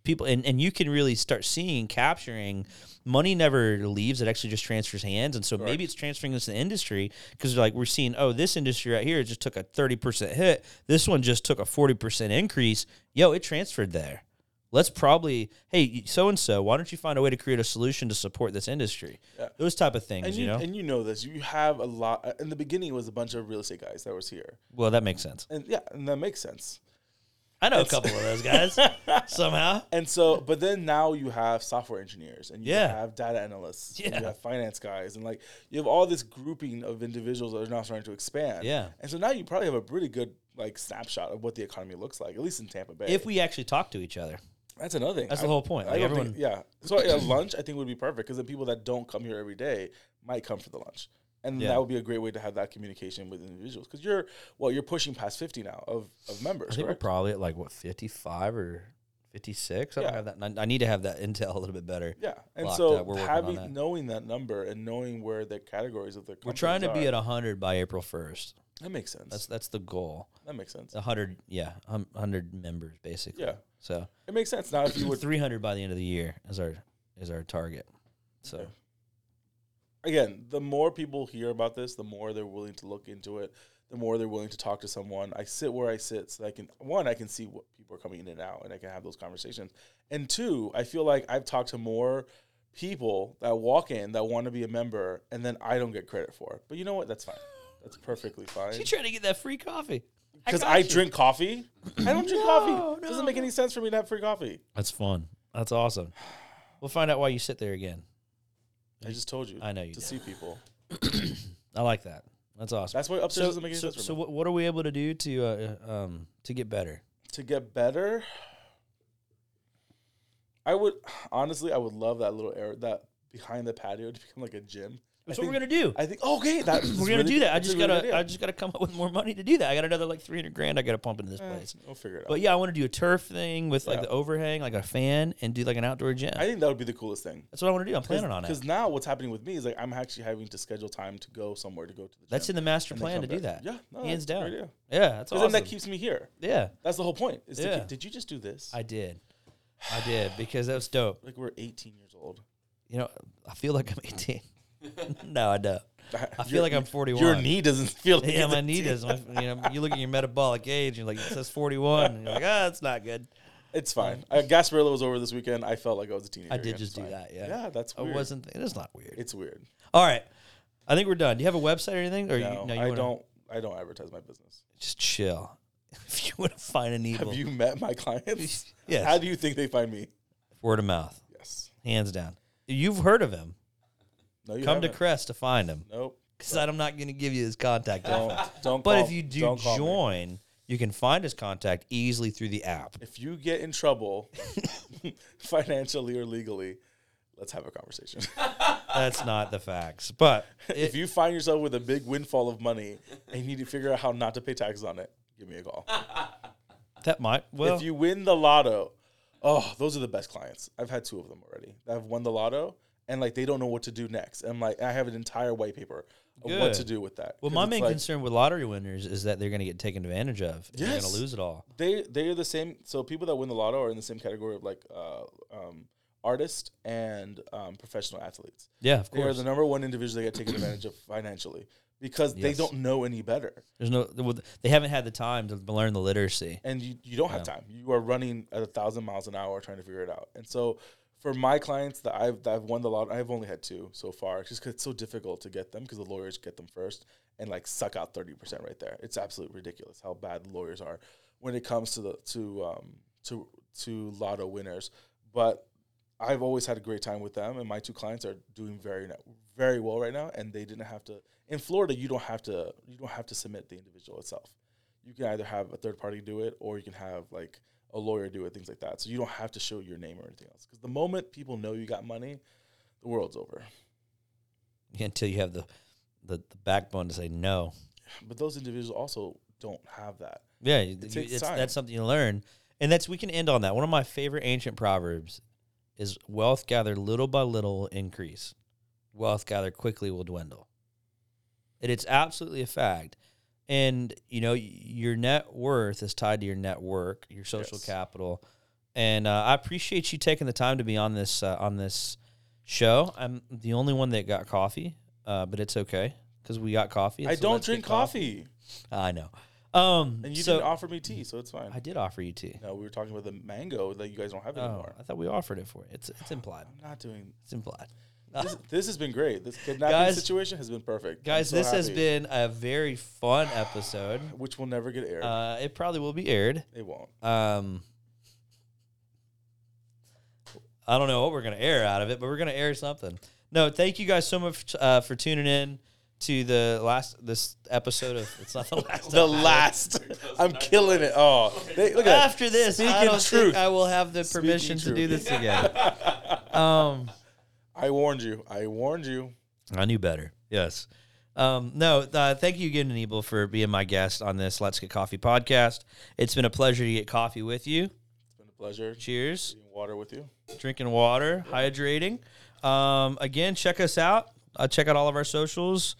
people and, and you can really start seeing capturing money never leaves it actually just transfers hands and so maybe it's transferring this to the industry because like we're seeing oh this industry right here just took a 30% hit this one just took a 40% increase yo it transferred there let's probably hey so and so why don't you find a way to create a solution to support this industry those type of things
and
you,
you,
know
and you know this. You have a lot. uh, In the beginning, it was a bunch of real estate guys that was here,
well that makes sense
and yeah, and that makes sense.
i know a couple of those *laughs* guys somehow
And so, but then now you have software engineers, and you
Yeah.
have data analysts, and
Yeah.
you have finance guys, and like you have all this grouping of individuals that are now starting to expand.
Yeah.
and so now you probably have a pretty good like snapshot of what the economy looks like, at least in Tampa Bay.
if we actually talk to each other
That's another thing.
That's the whole point. Like,
don't think-
everyone-
yeah. So yeah, lunch, I think would be perfect because the people that don't come here every day might come for the lunch, and
Yeah.
that would be a great way to have that communication with individuals because you're well, you're pushing past fifty now of of members.
I think we're
correct?
probably at like what fifty five or fifty six. I
Yeah.
don't have that. I need to have that intel a little bit better.
yeah, and
locked
so
up. We're working on
having
that.
knowing that number and knowing where the categories of the
We're trying to
companies
be
are,
at hundred by April first.
that makes sense.
That's that's the goal.
that makes sense.
hundred, yeah, hundred members basically.
Yeah,
So
it makes sense. Now, if you would
three hundred by the end of the year is our is our target. So
again, the more people hear about this, the more they're willing to look into it. the more they're willing to talk to someone. I sit where I sit so that I can one, I can see what people are coming in and out, and I can have those conversations. And two, I feel like I've talked to more people that walk in that want to be a member, and then I don't get credit for it. But you know what? That's fine. That's perfectly fine.
You trying to get that free coffee?
Because
got
I,
you.
drink coffee. I don't drink coffee.
no,
Doesn't make any sense for me to have free coffee.
That's fun. That's awesome. We'll find out why you sit there again.
I just told you.
I know you
to
did.
see people.
I like that. That's awesome.
That's why upstairs
so,
doesn't make any
so,
sense for
so
me.
what, what are we able to do to uh, uh, um to get better?
to get better i would honestly i would love that little air that behind the patio to become like a gym
That's
I
what
think,
we're gonna do.
i think oh, okay that
we're gonna do that. I just gotta I just gotta come up with more money to do that. I got another like three hundred grand I gotta pump into this place.
we'll figure it out
But yeah, I want to do a turf thing with like
Mm. Yeah.
the overhang, like a fan, and do like an outdoor gym.
i think that would be the coolest thing
That's what I want to do. I'm planning on it.
because now what's happening with me is like i'm actually having to schedule time to go somewhere to go to the gym
That's in the master
and then
plan to
come
do
back.
that.
yeah no,
hands
that's a
down.
great
Yeah,
idea.
that's
'Cause
awesome.
then that keeps me here
yeah,
that's the whole point is to
Yeah.
keep, did you just do this
I did, I did because that was dope.
like we're 18 years old
You know, I feel like I'm 18. *laughs* no, I
*laughs*
don't. I feel like I'm 41.
your knee doesn't feel
*laughs*
like
Yeah,
it's
my
18.
knee does. My, you know, you look at your metabolic age, and like it says 41, and you're like, ah, that's not good.
It's fine. Uh, Gasparilla was over this weekend. I felt like I was a teenager.
I did
again.
just
It's
do
fine.
that, yeah.
yeah, that's
I
weird.
wasn't. It is not weird.
It's weird.
All right, I think we're done. Do you have a website or anything? Or
No,
you, no, you
I
wanna-
don't. I don't advertise my business.
Just chill. *laughs* if you want to find an evil,
Have you met my clients?
*laughs* Yes.
How do you think they find me?
word of mouth,
Yes.
hands down. You've heard of him.
No. You
Come
haven't.
to Crest to find him.
Nope.
because I'm not going to give you his contact
Don't.
info. *laughs*
Don't.
But
call-
if you do
don't call me.
join, you can find his contact easily through the app.
if you get
*laughs*
in trouble, *laughs* financially or legally, let's have
*laughs*
a conversation.
That's not the facts, but
*laughs* if you find yourself with a big windfall of money and you need to figure out how not to pay taxes on it, give me a call.
that might well.
if you win the lotto, oh, those are the best clients. I've had two of them already. that have won the lotto and like they don't know what to do next. And like I have an entire white paper of what to
Good.
do with that.
well,
'Cause
my
it's
main
like,
concern with lottery winners is that they're going to get taken advantage of. and They're going
Yes.
to lose it all.
they they are the same. So people that win the lotto are in the same category of like uh, um, artists and um, professional athletes.
Yeah, of
They are
course.
the number one individual they get taken advantage of financially because they
Yes.
don't know any better.
There's no. well, They haven't had the time to learn the literacy.
and you, you don't have time. You are running at a thousand miles an hour trying to figure it out. And so for my clients that I've that I've won the lot, I've only had two so far, just 'cause it's so difficult to get them because the lawyers get them first and like suck out thirty percent right there. It's absolutely ridiculous how bad lawyers are when it comes to the to um to to lotto winners. But I've always had a great time with them, and my two clients are doing very no- very well right now. And they didn't have to in Florida. You don't have to you don't have to submit the individual itself. You can either have a third party do it, or you can have like a lawyer do it, things like that. So you don't have to show your name or anything else. Because the moment people know you got money, the world's over.
Until you have the, the, the backbone to say no.
But those individuals also don't have that.
Yeah, you- you-
takes
it's,
time.
that's something you learn, and that's we can end on that. One of my favorite ancient proverbs is wealth gathered little by little will increase, wealth gathered quickly will dwindle, and it's absolutely a fact. And you know y- your net worth is tied to your network, your social
Yes.
capital, and uh, I appreciate you taking the time to be on this uh, on this show. I'm the only one that got coffee, uh, but it's okay because we got coffee.
I
so
don't
let's get
drink coffee.
I know. Um,
and you
so-
didn't offer me tea, so it's fine.
I did offer you tea.
no, we were talking about the mango that you guys don't have
Oh,
anymore.
I thought we offered it for you. It's it's implied.
I'm
*laughs*
not doing
It's implied.
this, this has been great. This kidnapping
Guys-
situation has been perfect. I'm
Guys,
so
this has
happy.
been a very fun episode.
which will never get aired.
Uh, it probably will be aired. *laughs*
it won't. *laughs*
Um, I don't know what we're gonna air out of it, but we're gonna air something. No, thank you guys so much uh, for tuning in to the last this episode of. It's
*laughs*
not the last. *laughs*
The last, I'm killing it. Oh, they, look at
After this, I
Speaking
don't
truth.
think I will have the
Speaking
permission to
truth.
do this again. um.
that. I warned you. I warned you.
I knew better. Yes. Um, no, uh, thank you again, Enable, for being my guest on this Let's Get Coffee podcast. It's been a pleasure to get coffee with you.
It's been a pleasure
Cheers.
drinking water with you.
Drinking water, hydrating. Um, again, check us out. Uh, check out all of our socials,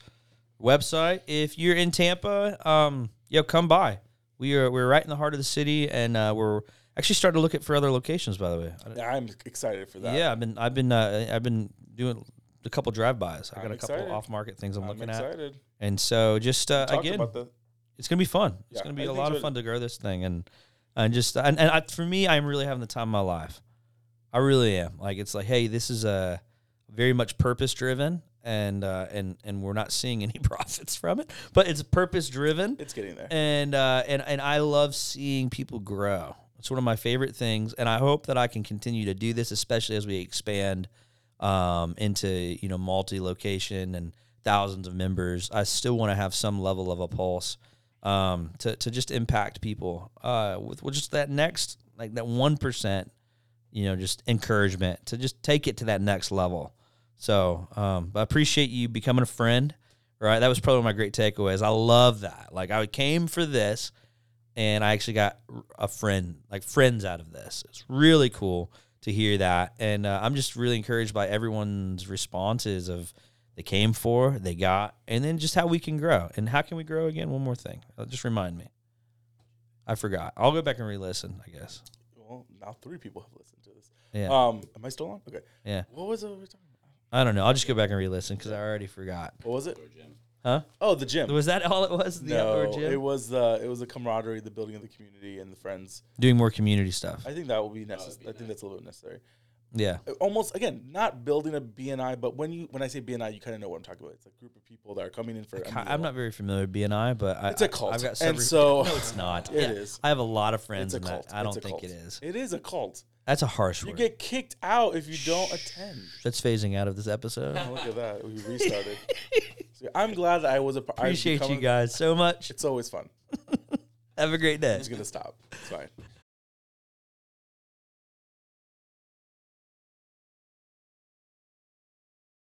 website. If you're in Tampa, um, yo, come by. We are we're right in the heart of the city, and uh, we're actually starting to look at for other locations. By the way, I-
I'm excited for that.
yeah, I've been I've been uh, I've been doing a couple drive bys. I got
I'm
a couple
excited.
off market things I'm,
I'm
looking at.
excited.
And so just uh,
Talked
again,
about the
it's gonna be fun. It's
Yeah,
gonna
I
be a
think
lot of
so.
fun to grow this thing and and just and, and I, for me, I'm really having the time of my life. I really am. Like it's like, hey, this is a very much purpose driven, and uh, and and we're not seeing any *laughs* profits from it, but it's purpose driven,
It's getting there.
and uh, and and I love seeing people grow. It's one of my favorite things, and I hope that I can continue to do this, especially as we expand um, into you know multi location and thousands of members. I still want to have some level of a pulse um, to to just impact people uh, with, with just that next like that one percent, you know, just encouragement to just take it to that next level. So um, but I appreciate you becoming a friend. Right, that was probably one of my great takeaways. I love that. Like I came for this, and I actually got a friend, like friends out of this. It's really cool to hear that, and uh, I'm just really encouraged by everyone's responses of they came for, they got, and then just how we can grow and how can we grow again. One more thing, Uh, just remind me. I forgot. I'll go back and re-listen. I guess.
Well, now three people have listened to this.
Yeah.
Um, am I still on? Okay.
Yeah.
What was it? we were talking about?
I don't know. I'll just go back and re-listen because I already forgot.
What was it?
Huh?
Oh, the gym.
Was that all it was? The outdoor
no,
gym?
it was the it was the camaraderie, the building of the community, and the friends.
Doing more community stuff.
I think that will be necessary. I think that's a little bit necessary. Uh,
yeah.
Almost again, not building a BNI, but when you when I say BNI, you kind of know what I'm talking about. It's a group of people that are coming in for. a
Ki-
meal.
I'm not very familiar with BNI, but I,
It's a
I-
cult,
I've got
and
several-
so
no, it's not.
*laughs* it
Yeah.
is.
I have a lot of friends
It's a
in that.
cult.
I don't
It's a
think
cult.
it is.
It is a cult.
That's a harsh
You
word.
get kicked out if you don't attend.
That's phasing out of this
*laughs*
episode.
Oh, look at that. We
*laughs*
restarted. See, I'm glad that I was a. par- I've
Appreciate
become
you
a- *laughs*
guys so much.
It's always fun.
Have a great day.
It's gonna stop. It's fine.